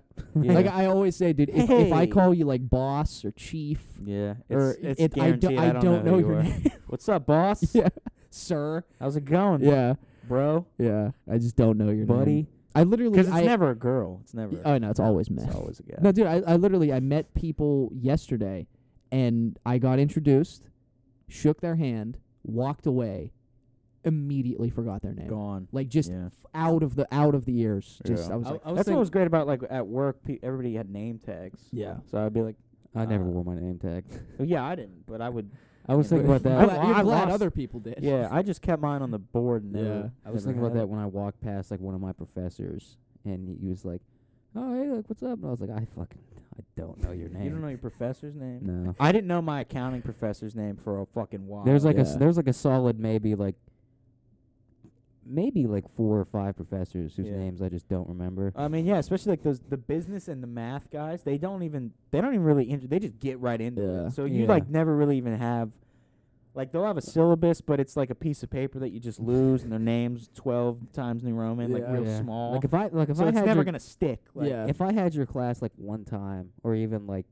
Yeah.
Like I always say, dude, if, if I
Hey.
call you like boss or chief
yeah. It's,
or
it's
it- I,
guaranteed.
don't, I don't know,
who you
your
are.
name,
What's up, boss?
Yeah. sir.
How's it going,
Yeah,
bro?
yeah. I just don't know your name,
buddy.
I literally,
Because it's
I,
never a girl. It's never.
Oh no, it's always me.
it's always a guy.
No, dude, I, I literally, I met people yesterday, and I got introduced, shook their hand, walked away, immediately forgot their name.
Gone.
Like just
Yeah.
f- out of the out of the ears. Just
Yeah.
I was like,
That's what was great about like at work. Pe- everybody had name tags.
yeah.
So I'd be like,
I never
Uh,
wore my name tag.
oh, yeah, I didn't, but I would.
I was
yeah,
thinking about
but-
that.
I'm
I-
glad- you're
I
glad
lost-
other people did.
Yeah, I just kept mine on the board. And never-
Yeah.
I was
never
thinking about
had
that when I walked past like one of my professors, and he- he was like, "Oh, hey, like, what's up?" And I was like, "I fucking, I don't know your
it.
name."
You don't know your professor's name.
No.
I didn't know my accounting professor's name for a fucking while.
There's like a s
Yeah.
there's like a solid maybe like maybe like four or five professors whose
Yeah.
names I just don't remember.
I mean, yeah, especially like those the business and the math guys. They don't even they don't even really int- they just get right into
Yeah.
it. So you
Yeah.
like never really even have like they'll have a syllabus, but it's like a piece of paper that you just lose, and their names twelve times New Roman, like
Yeah.
Uh, real
Yeah.
small.
Like if I like if
so
I
it's
had
never
your,
gonna stick. Like,
Yeah.
if I had your class like one time or even like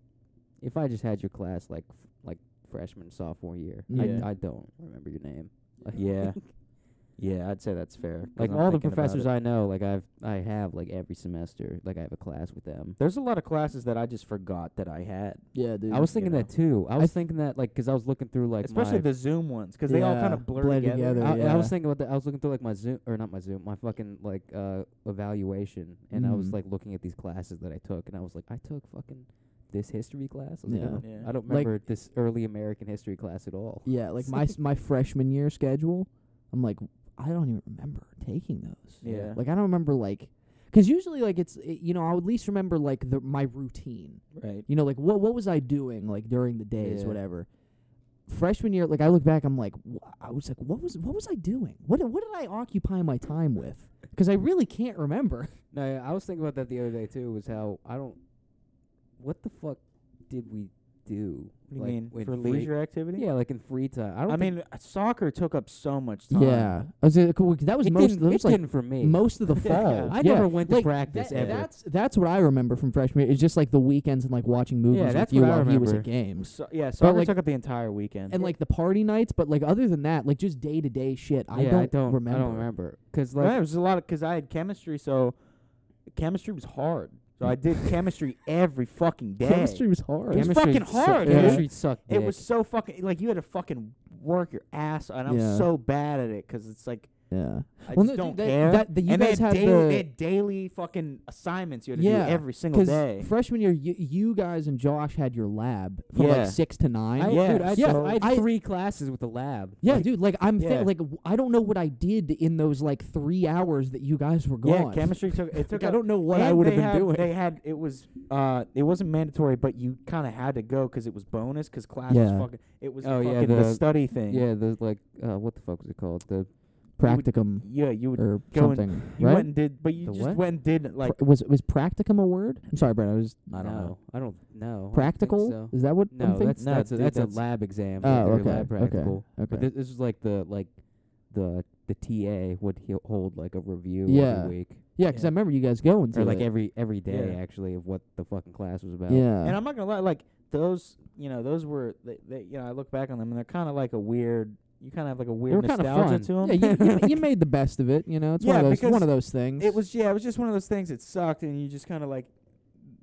if I just had your class like f- like freshman sophomore year,
Yeah.
I I don't remember your name. Like,
yeah, yeah, I'd say that's fair. 'cause
Like
I'm
all the
thinking about
professors
it.
I know, like I've I have like every semester, like I have a class with them.
there's a lot of classes that I just forgot that I had,
yeah, dude.
I was
you
thinking
know.
that too. I was thinking that like because I was looking through like
especially
my
the Zoom ones, because they all
Yeah,
kind of blur
blend
together.
together.
I, I
yeah.
was thinking about that. I was looking through like my Zoom or not my Zoom, my fucking like uh evaluation, and I was
Mm.
Mhm.
like looking at these classes that I took, and I was like, I took fucking this history class. I was
Yeah.
like, oh,
Yeah.
I don't
Like-
remember this early American history class at all.
Yeah, like my s- my freshman year schedule, I'm like I don't even remember taking those.
Yeah.
Like I don't remember like cuz usually like it's it, you know, I would at least remember like the my routine.
Right.
You know, like what what was I doing like during the days
Yeah.
whatever. Freshman year, like I look back, I'm like, wh- I was like, what was what was I doing? What what did I occupy my time with? Because I really can't remember.
No, yeah, I was thinking about that the other day too. Was how I don't. What the fuck did we do?
What do you
like,
mean
in
for
free-
leisure activity?
Yeah, like in free time. I don't.
I
think-
mean, uh, soccer took up so much time.
I was like, cool, that was
it
most
didn't,
that
it
was like
didn't for me.
most of the
Yeah.
fall.
I
Yeah.
never went to
Like,
practice
that-
ever.
That's that's what I remember from freshman year. It's just like the weekends and like watching movies
Yeah,
with
that's
you
what I
while he was at
remember.
games.
So, yeah, soccer
like-
took up the entire weekend.
And like the party nights, but like other than that, like just day to day shit. I,
yeah,
don't
I don't
remember.
I don't remember because
Well, yeah,
like
it was a lot of because I had chemistry, so chemistry was hard. So I did chemistry every fucking day.
Chemistry was hard.
It was
chemistry
fucking
suck-
hard,
dude.
Chemistry sucked.
It
dick.
was so fucking like you had to fucking work your ass, and I'm
Yeah.
so bad at it because it's like
Yeah.
I
Well,
just
no,
don't
that-
care.
that- that you
and
guys
they
had
had daily,
the-
they had daily fucking assignments you had to
Yeah,
do every single
Because
day.
freshman year, you, you guys and Josh had your lab from
Yeah.
like six to nine.
I-
yeah,
dude, I
yeah,
so-
I,
I had three classes with the lab.
yeah, dude. Like I'm
Yeah.
thi- like w- I don't know what I did in those like three hours that you guys were
yeah,
gone.
chemistry took it took.
Like, I
up-
don't know what I
and
would have
they
been
had-
doing.
They had it was uh it wasn't mandatory, but you kind of had to go because it was bonus because class
Yeah.
was fucking it was
Oh,
fucking
yeah,
the,
the-
study thing.
Yeah, the like, uh, what the fuck was it called? The
practicum
yeah, you would
or
go and-
something,
you
right?
went and did, but you
The
just
what?
went and did like
Pra- was was practicum a word? I'm sorry, Brent. I was
I don't know. I don't know.
practical. Is that what I'm
No,
thinking?
that's
No,
that's, a,
dude,
that's,
that's-
a lab exam.
Oh,
yeah, their
okay,
Lab
okay,
practical. But
okay.
this, this is like the like the the TA would he hold like a review
Yeah.
every week
yeah, because
yeah.
I remember you guys going to
or like
it.
every every day
Yeah.
actually of what the fucking class was about.
yeah.
And I'm not gonna lie, like those, you know, those were, they, they, you know, I look back on them and they're kind of like a weird. You kind of have like a weird
kinda
nostalgia
fun.
to them.
yeah, you, you, you made the best of it. You know, it's
Yeah,
one of those
because
one of those things.
it was yeah, it was just one of those things that sucked, and you just kind of like,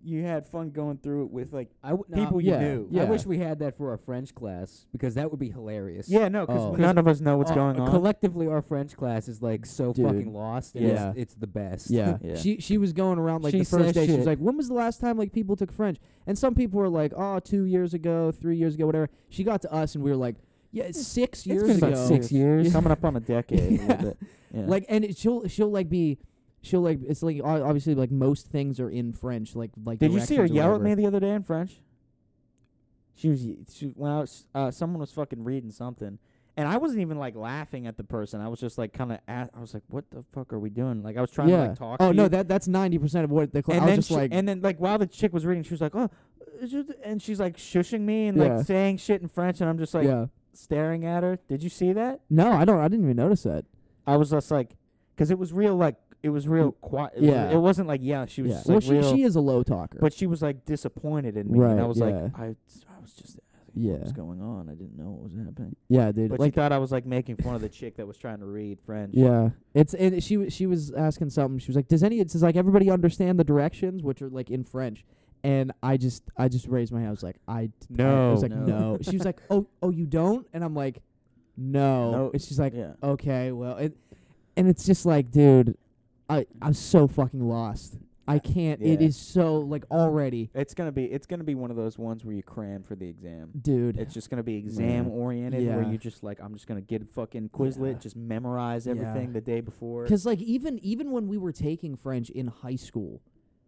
you had fun going through it with like
I w-
people
yeah,
you knew.
yeah.
I wish we had that for our French class because that would be hilarious.
Yeah, no, because
Oh.
none of us know what's
Uh,
going on.
Collectively, our French class is like so
Dude.
fucking lost. And
Yeah.
it's, it's the best.
Yeah.
Yeah.
She she was going around like
She
the first
says
day. She was
shit.
like, when was the last time like people took French? And some people were like, oh, two years ago, three years ago, whatever. She got to us and we were like, yeah, it's six years
been
ago.
about six
Yeah.
coming up on a decade. a
Yeah.
little bit. Yeah.
Like, and it, she'll she'll like be. She'll like it's like o- obviously like most things are in French like like
did you see her
directions or
yell at me
whatever.
the other day in French? She was y- she, when I was uh, someone was fucking reading something, and I wasn't even like laughing at the person. I was just like kind of I was like, what the fuck are we doing? Like I was trying
yeah.
to like talk.
oh
to
no
you.
that that's ninety percent of what the class.
and
I was
then
just
she-
like
and then like while the chick was reading, she was like, oh, is it- and she's like shushing me and
Yeah.
like saying shit in French, and I'm just like
yeah
staring at her. Did you see that?
no I don't I didn't even notice that
I was just like, because it was real like it was real quiet. It was-
Mm. Yeah.
it wasn't like yeah, she was
yeah
just,
well
like
she
real,
she is a low talker
but she was like disappointed in me, and I
Right,
was
yeah.
like, I, I was just
yeah
what was going on? I didn't know what was happening.
yeah dude
But
like
she thought I was like making fun of the chick that was trying to read French.
Yeah, it's and she wa- she was asking something. She was like, "Does any?" It's like everybody understand the directions, which are like in French. And I just I just raised my hand. I was like, "I d- I- I was
No.
like, "No."
No.
She was like, "Oh, oh, you don't?" And I'm like, "No."
No.
And she's like, oh.
yeah.
"Okay, well," it, and it's just like, dude, I I'm so fucking lost. I can't. It
Yeah.
is so like already,
It's gonna be it's gonna be one of those ones where you cram for the exam.
dude.
It's just gonna be exam oriented where
Yeah.
you just like I'm just gonna get a fucking Quizlet,
Yeah.
just memorize
Yeah.
everything the day before.
Because like even even when we were taking French in high school,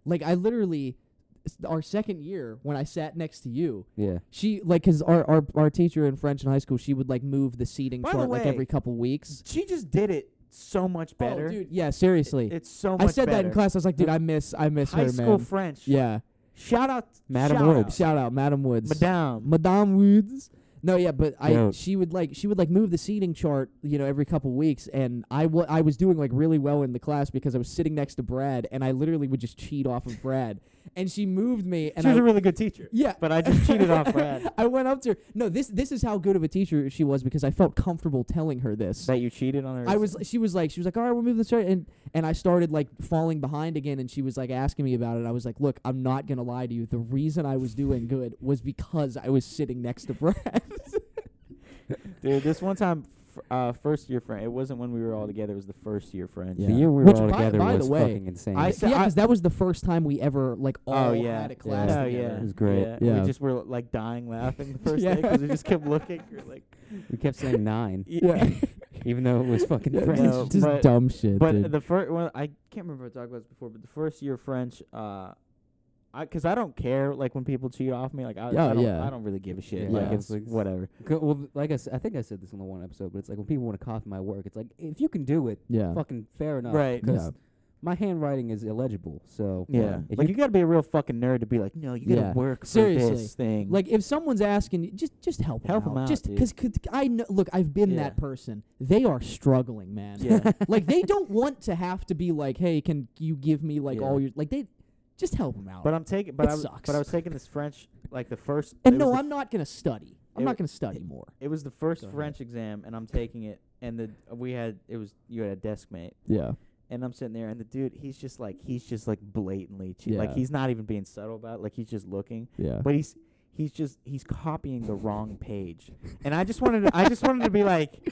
like I literally s- our second year when I sat next to you,
Yeah.
she like because our, our our teacher in French in high school, she would like move the seating
By the
chart like
way,
every couple weeks.
She just did it so much better.
Oh, dude, yeah, seriously.
It's so
I
much
said that in
better.
class. I was like, dude, I miss I miss
High
her,
school
man.
French.
yeah,
Shout out
Madam
shout
Woods.
out.
shout out, Madam Woods,
Madame.
Madame Woods. No, yeah, but I
Yo.
she would like she would like move the seating chart, you know, every couple weeks, and I wa- I was doing like really well in the class because I was sitting next to Brad, and I literally would just cheat off of Brad, and she moved me, and
she was
I
a really good teacher.
yeah,
But I just cheated off Brad.
I went up to her. No, this this is how good of a teacher she was because I felt comfortable telling her this.
That you cheated on her.
I was she was like she was like all right we're moving this way and and I started like falling behind again and she was like asking me about it I was like look I'm not gonna lie to you the reason I was doing good was because I was sitting next to Brad
Dude, this one time, f- uh, first year French. It wasn't when we were all together. It was the first year French.
The year we were
Which,
all
by-
together
by the
was
way,
fucking insane.
I said,
yeah
I-
because that was the first time we ever like all
oh yeah,
had a class
yeah.
together.
yeah,
It was great.
Yeah.
Yeah.
we just were like dying laughing the first
Yeah.
day because we just kept looking. We're like,
we kept saying nine,
Yeah.
even though it was fucking
Yeah,
French.
No,
just, just
but-
dumb shit
But
dude.
the first one, I can't remember what I talked about this before, but the first year French, uh, I because I don't care like when people cheat off me, like I, I
Oh,
don't,
yeah.
I don't really give a shit.
Yeah.
Like it's
Like,
whatever.
Go- Well, like I, s- I think I said this in the one episode, but it's like when people want to copy my work, it's like if you can do it,
yeah
fucking fair enough.
Right.
Because
Yeah.
my handwriting is illegible, so
Yeah,
If
like
you,
you gotta be a real fucking nerd to be like, no, you gotta
Yeah.
work for
Seriously.
this thing.
Like if someone's asking, you, just just help 'em
Help 'em out,
Just
dude.
because I know, look, I've been
Yeah.
that person. They are struggling, man.
Yeah.
like they don't want to have to be like, hey, can you give me like
Yeah.
all your like they just help them out.
but I'm taking, but
Oh. It
I was,
sucks.
but I was taking this French like the first.
and
it
no,
was the
I'm not gonna study. I'm
it
not
wa-
gonna study more.
It was the first
Go ahead.
French exam, and I'm taking it, and the we had it was you had a desk mate,
Yeah.
and I'm sitting there, and the dude he's just like he's just like blatantly cheating, like
Yeah.
he's not even being subtle about, it. like he's just looking,
Yeah.
but he's he's just he's copying the wrong page. And I just wanted to, I just wanted to be like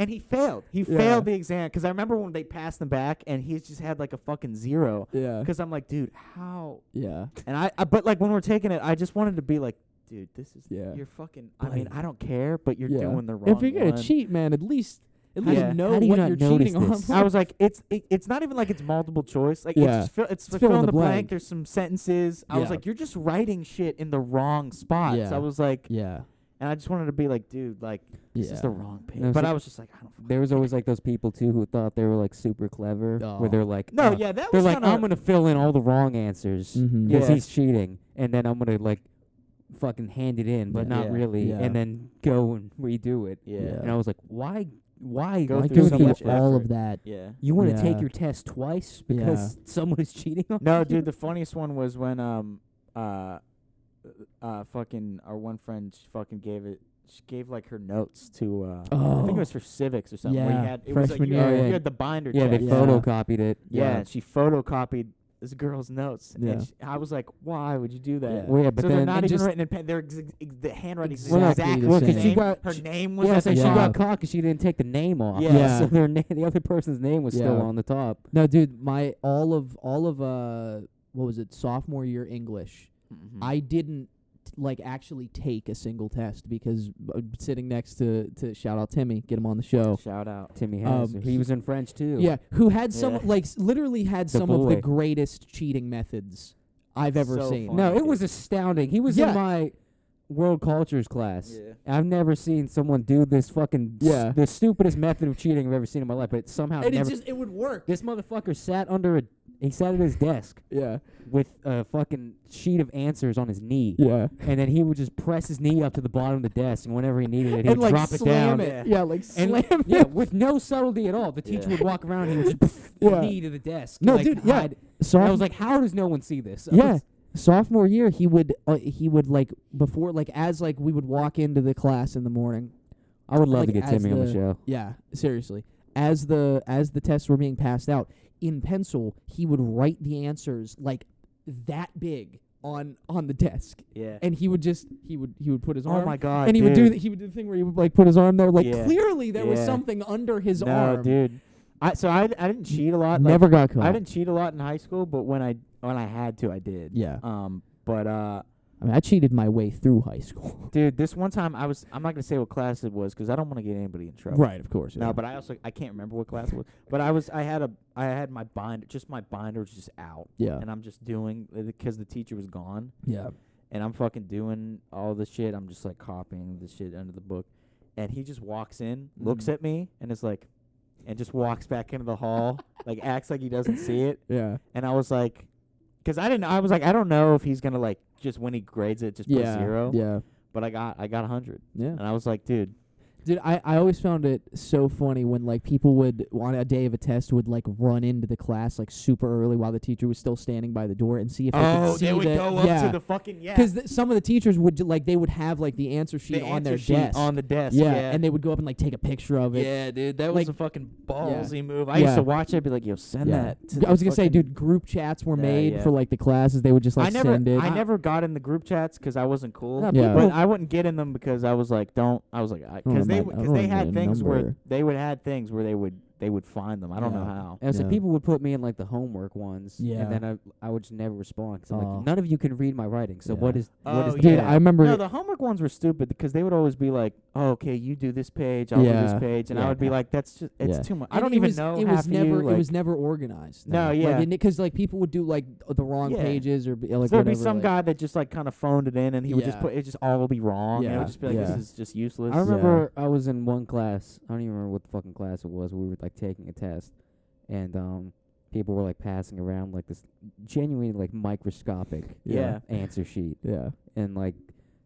and he failed. He failed the exam cuz I remember when they passed him back and he just had like a fucking zero
Yeah.
cuz I'm like, dude, how?
Yeah.
And I, I but like when we're taking it, I just wanted to be like, dude, this is
Yeah.
you're fucking I mean, I don't care, but you're doing the wrong
If you're gonna
one.
cheat, man, at least at
How
least
do you-
know
how do you
what
not
you're
notice
cheating on.
this?
I was like, it's it, it's not even like it's multiple choice. Like
Yeah.
it's just fill, it's,
It's
fill in the blank. There's some sentences. I was
Yeah.
like, you're just writing shit in the wrong spots.
Yeah.
I was like,
yeah.
and I just wanted to be like, dude, like this is the wrong page.
No,
but
so-
I was just like, I don't. fucking
There was
care.
always like those people too who thought they were like super clever,
Oh.
where they're like,
no,
uh,
yeah, that
they're
was
like,
kinda,
I'm gonna fill in all the wrong answers because
Mhm.
Yeah.
he's cheating, and then I'm gonna like fucking hand it in, but
Yeah.
not
Yeah.
really,
Yeah.
and then go and redo it.
yeah,
Yeah.
And I was like, why, why
Go
like
through
you
so
Go
keep
through
much
all
effort.
of that.
yeah.
You want to
Yeah.
take your test twice because someone is cheating on
No,
you?
dude, the funniest one was when um uh uh fucking our one friend she fucking gave it. She gave like her notes to uh I
Oh.
think it was for civics or something. where you
Yeah,
had it was like
freshman
you had,
year.
you had the binder.
Yeah, they
check.
Yeah.
photocopied it.
Yeah, and she photocopied this girl's notes.
Yeah.
And she, I was like, why would you do that?
Well, yeah, but
so
then
they're not
and
even
just-
written in pen. They're ex- ex- the handwriting's
Exactly
exactly,
the
the
same.
same.
She
got-
Her
she-
name was
Yeah,
the
so
same.
she
Yeah.
got caught because she didn't take the name off.
Yeah.
So their na- the other person's name was still
Yeah.
on the top.
No, dude, my all of all of uh what was it, sophomore year English.
Mm-hmm.
Mm-hmm.
I didn't like actually take a single test because uh, sitting next to to shout out Timmy, get him on the show.
Shout out.
Timmy
Um,
has. he was in French too.
Yeah, who had some
Yeah.
like s- literally had
The
some of the
boy.
greatest cheating methods I've ever
So
seen.
funny.
No, it was astounding. He was
Yeah.
in my world cultures class. I've never seen someone do this fucking s-
Yeah.
the stupidest method of cheating I've ever seen in my life. But it somehow
And it
never.
just it would work.
this motherfucker sat under a. He sat at his desk
Yeah.
with a fucking sheet of answers on his knee.
Yeah.
and then he would just press his knee up to the bottom of the desk, and whenever he needed it,
and
he would
like
drop it
slam
down.
it. Yeah, like
And
slam it.
yeah, with no subtlety at all. The teacher
Yeah.
would walk around and he would just
Yeah.
knee to the desk.
No,
like,
dude, yeah.
hide.
So
And I was like, how does no one see this? I
Yeah.
was-
sophomore year he would uh, he would like before like as like we would walk into the class in the morning
I would love
Like,
to get
as
Timmy on
the-
the show.
yeah seriously as the as the tests were being passed out in pencil he would write the answers like that big on on the desk
Yeah.
and he would just he would he would put his
oh
arm
my god.
and he
dude.
would do th- he would do the thing where he would like put his arm there like
Yeah.
clearly there was
Yeah.
something under his
no,
arm
dude. I so I I didn't cheat a lot. like,
never got caught
I didn't cheat a lot in high school, but when I when I had to, I did.
yeah
Um, but uh,
I mean I cheated my way through high school
dude, this one time I was I'm not gonna say what class it was because I don't want to get anybody in trouble.
right of course
No, but I also I can't remember what class it was. But I was I had a I had my binder just my binder was just out,
yeah
and I'm just doing because the teacher was gone,
yeah
and I'm fucking doing all the shit. I'm just like copying the shit under the book, and he just walks in, looks
Mhm.
at me, and is like, and just walks back into the hall, like acts like he doesn't see it.
yeah
And I was like, because I didn't I was like I don't know if he's gonna like just when he grades it just put
yeah
zero,
yeah
but I got I got a hundred,
yeah
and I was like, dude,
Dude, I, I always found it so funny when like people would on a day of a test would like run into the class like super early while the teacher was still standing by the door and see if
oh,
they could see that. yeah.
fucking yeah.
Because th- some of the teachers would ju- like they would have like the answer sheet
the
on
answer
their
sheet
desk.
on the desk.
yeah, and they would go up and like take a picture of it.
yeah, dude, that
was
was
Like-
a fucking
ballsy
ballsy move. I
Yeah.
used to watch it, and be like, yo, send
Yeah.
that. To
I was
the
gonna say,
fucking-
dude, group chats were
Yeah,
made
yeah.
for like the classes. They would just like
I never,
send it.
I never got in the group chats because I wasn't cool.
Yeah. people-
but I wouldn't get in them because I was like, don't. I was like, because
I
they
might- I
because
don't
they
know
had
the
things
number.
where they would had things where they would they would find them. I don't know
Yeah.
how.
And so
Yeah.
people would put me in like the homework ones,
Yeah.
and then I I would just never respond 'cause I'm
Oh.
like none of you can read my writing. So what
Yeah.
is what is
Oh,
the
Dude,
yeah.
I remember.
No, the homework ones were stupid because they would always be like, "Oh, okay, you do this page, I'll do
Yeah.
this page," and
Yeah.
I would be like, "That's just it's
Yeah.
too much." I
and
don't
it
even
was-
know
It
half
was
of
never.
you, like-
it was never organized.
No,
though.
yeah.
Like, because like people would do like the wrong
Yeah.
pages or be- like
So there'd
whatever.
be some
like-
guy that just like kind of phoned it in, and he would just
Yeah.
put it just all will be wrong. and it
Yeah.
would just be like,
Yeah.
"This is just useless."
I remember I was in one class. I don't even remember what the fucking class it was. We were like taking a test, and um, people were like passing around like this genuinely like microscopic
Yeah.
answer sheet,
Yeah.
and like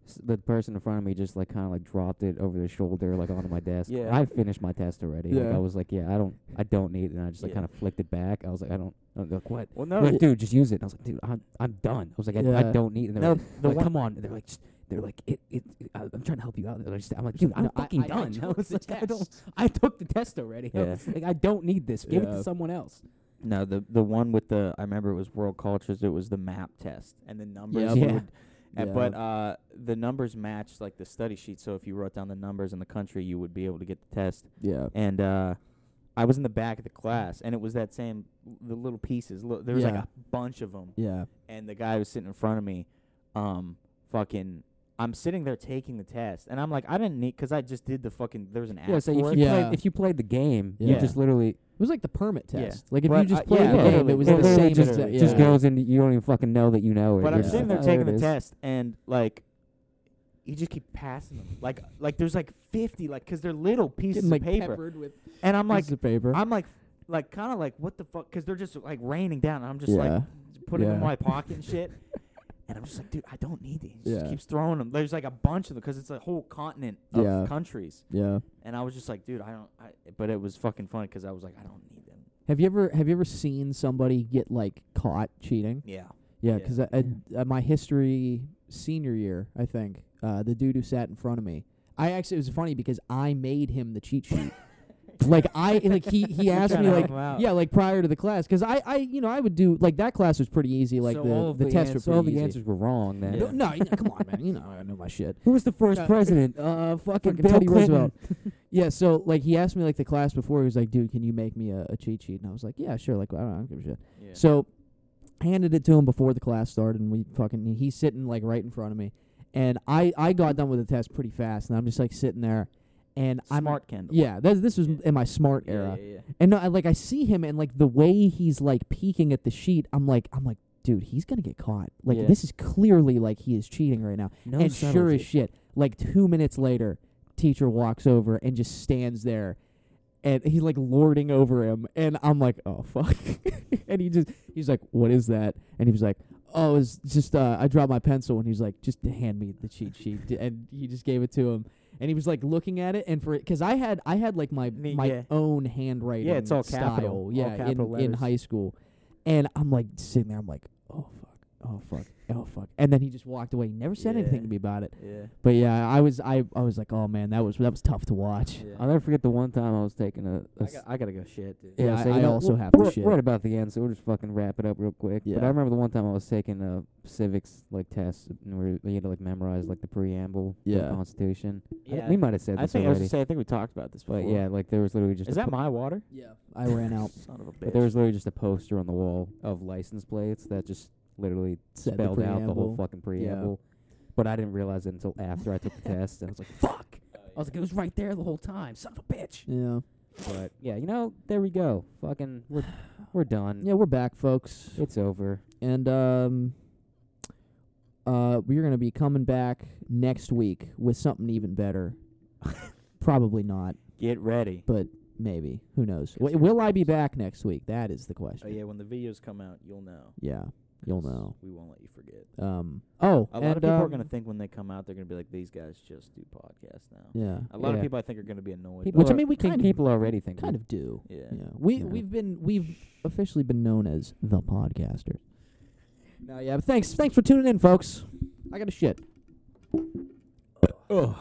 s- the person in front of me just like kind of like dropped it over their shoulder like onto my desk.
Yeah.
I finished my test already. Like,
Yeah.
I was like, yeah, I don't, I don't need, it. and I just like
Yeah.
kind of flicked it back. I was like, I don't, I like what.
Well,
They're
no,
Like, dude, just use it. And I was like, dude, I'm, I'm done. I was like, I, I
Yeah.
don't need. And they're
no,
like,
the
like,
one.
come on. And they're like, just, they're like, it, it, it, I- I'm trying to help you out. They're just, I'm like, dude, I'm
No, I-
fucking
I- I
done. I,
took
was
the
like, I don't,
test.
I took the test already. I
Yeah.
was like, I don't need this. Give it
Yeah.
to someone else.
No, the the one with the I remember it was World Cultures. It was the map test and the numbers.
Yep.
you
Yeah.
would- And-
Yeah.
But uh, the numbers matched like the study sheet. So if you wrote down the numbers in the country, you would be able to get the test.
Yeah.
And uh, I was in the back of the class, and it was that same the little pieces. Li- there was like
Yeah.
a bunch of them,
Yeah.
and the guy was sitting in front of me. Um, fucking, I'm sitting there taking the test, and I'm like, I didn't need because I just did the fucking. There was an app.
Yeah, so if
for
you,
it.
played,
Yeah.
if you played the game, you
Yeah.
just literally
It was like the permit
Yeah.
test. Like if
But,
you just
uh,
played
yeah,
the game,
literally.
it was
Well,
the
literally
same
just-
as the, yeah.
just goes into you don't even fucking know that you know it.
But I'm
Yeah.
sitting there
Oh,
taking
it
the
is.
test, and like, you just keep passing them. Like, like there's like 50, like, cause they're little pieces
Getting, like
of paper,
peppered with
and I'm like,
pieces of paper.
I'm like, like kind of like, what the fuck? Cause they're just like raining down, and I'm just like putting them in
Yeah.
my pocket and shit. And I'm just like, dude, I don't need these. Just
Yeah.
keeps throwing them. There's like a bunch of them because it's a whole continent of
Yeah.
countries.
yeah.
And I was just like, dude, I don't. I, but it was fucking funny because I was like, I don't need them.
Have you ever have you ever seen somebody get like caught cheating?
Yeah.
Yeah,
Yeah.
because I, uh, my history senior year, I think uh, the dude who sat in front of me, I actually it was funny because I made him the cheat sheet. like I like he he asked
trying
me
to
like
help him out.
yeah like prior to the class because I I you know I would do like that class was pretty easy like
so
the
all of
the,
the
tests
ans-
were pretty
all the
easy.
answers were wrong. Then
No, no, you know, come on, man. You know I know my shit.
who was the first
Yeah.
president? Uh, fucking,
Fucking
Bill
Teddy
Clinton.
Roosevelt. Yeah, so like he asked me like the class before, he was like, "Dude, can you make me a, a cheat sheet?" And I was like, "Yeah, sure." Like I don't, I don't give a shit.
Yeah.
So I handed it to him before the class started, and we fucking he's sitting like right in front of me, and I I got done with the test pretty fast, and I'm just like sitting there, and I'm
Smart Kendall.
yeah, this this was
Yeah.
in my smart
Yeah,
era,
Yeah, yeah,
and no, I, like I see him, and like the way he's like peeking at the sheet, I'm like I'm like, dude, he's gonna get caught. Like
Yeah.
this is clearly like he is cheating right now
No
and sure as shit, like two minutes later, teacher walks over and just stands there, and he's like lording over him, and I'm like, oh fuck, and he just he's like, what is that? And he was like, oh, it's just uh, I dropped my pencil, and he's like, just hand me the cheat sheet, D- and he just gave it to him. And he was like looking at it, and for because I had I had like my
Me-
my
yeah.
own handwriting,
Yeah, it's all
style,
capital, all
yeah,
capital
in, in
letters.
high school, and I'm like sitting there, I'm like, oh fuck, oh fuck, oh fuck, and then he just walked away. He never said anything
Yeah.
to me about it.
yeah.
But yeah, I was I, I was like, oh man, that was that was tough to watch.
yeah.
I'll never forget the one time I was taking a. a
I,
s-
got, I gotta go shit, dude.
Yeah,
so
I-
you
I
know,
also
we're-
have to
we're,
shit.
We're at about the end, so we'll just fucking wrap it up real quick. But
Yeah.
I remember the one time I was taking a civics like test, and we, were, we had to like memorize like the preamble, to
Yeah.
the Constitution. I-
Yeah,
we might have said
I
this
think I was
already.
gonna say I think we talked about this
but
before.
yeah, like there was literally just
Is
a
that
po-
my water?
Yeah, I ran out.
Son of a bitch.
but there was literally just a poster on the wall of license plates that just literally
Said the
spelled out the whole
preamble.
fucking preamble. But I didn't realize it until after I took the test, and I was like, "Fuck!" I was like, "It was right there the whole time, son of a bitch."
Yeah,
But yeah, you know, there we go. Fucking, we're we're done.
yeah, we're back, folks,
It's over.
and um, uh, we're gonna be coming back next week with something even better. Probably not,
Get ready.
but maybe who knows?
Guess
W- will I be back next week? That is the question.
Oh yeah, when the videos come out, you'll know.
Yeah, you'll
'cause
know.
We won't let you forget.
Um. Oh,
A
and,
lot of people are
um,
gonna think when they come out, they're gonna be like, these guys just do podcasts now.
Yeah.
A lot of
Yeah.
people I think are gonna be annoyed.
People
by
Which, I
are-
mean, we
think
kind of-
people already think
Kind of do.
it. yeah.
Yeah. We
Yeah.
we've been we've officially been known as the podcasters. No, yeah. But thanks thanks for tuning in, folks. I got a shit. Ugh.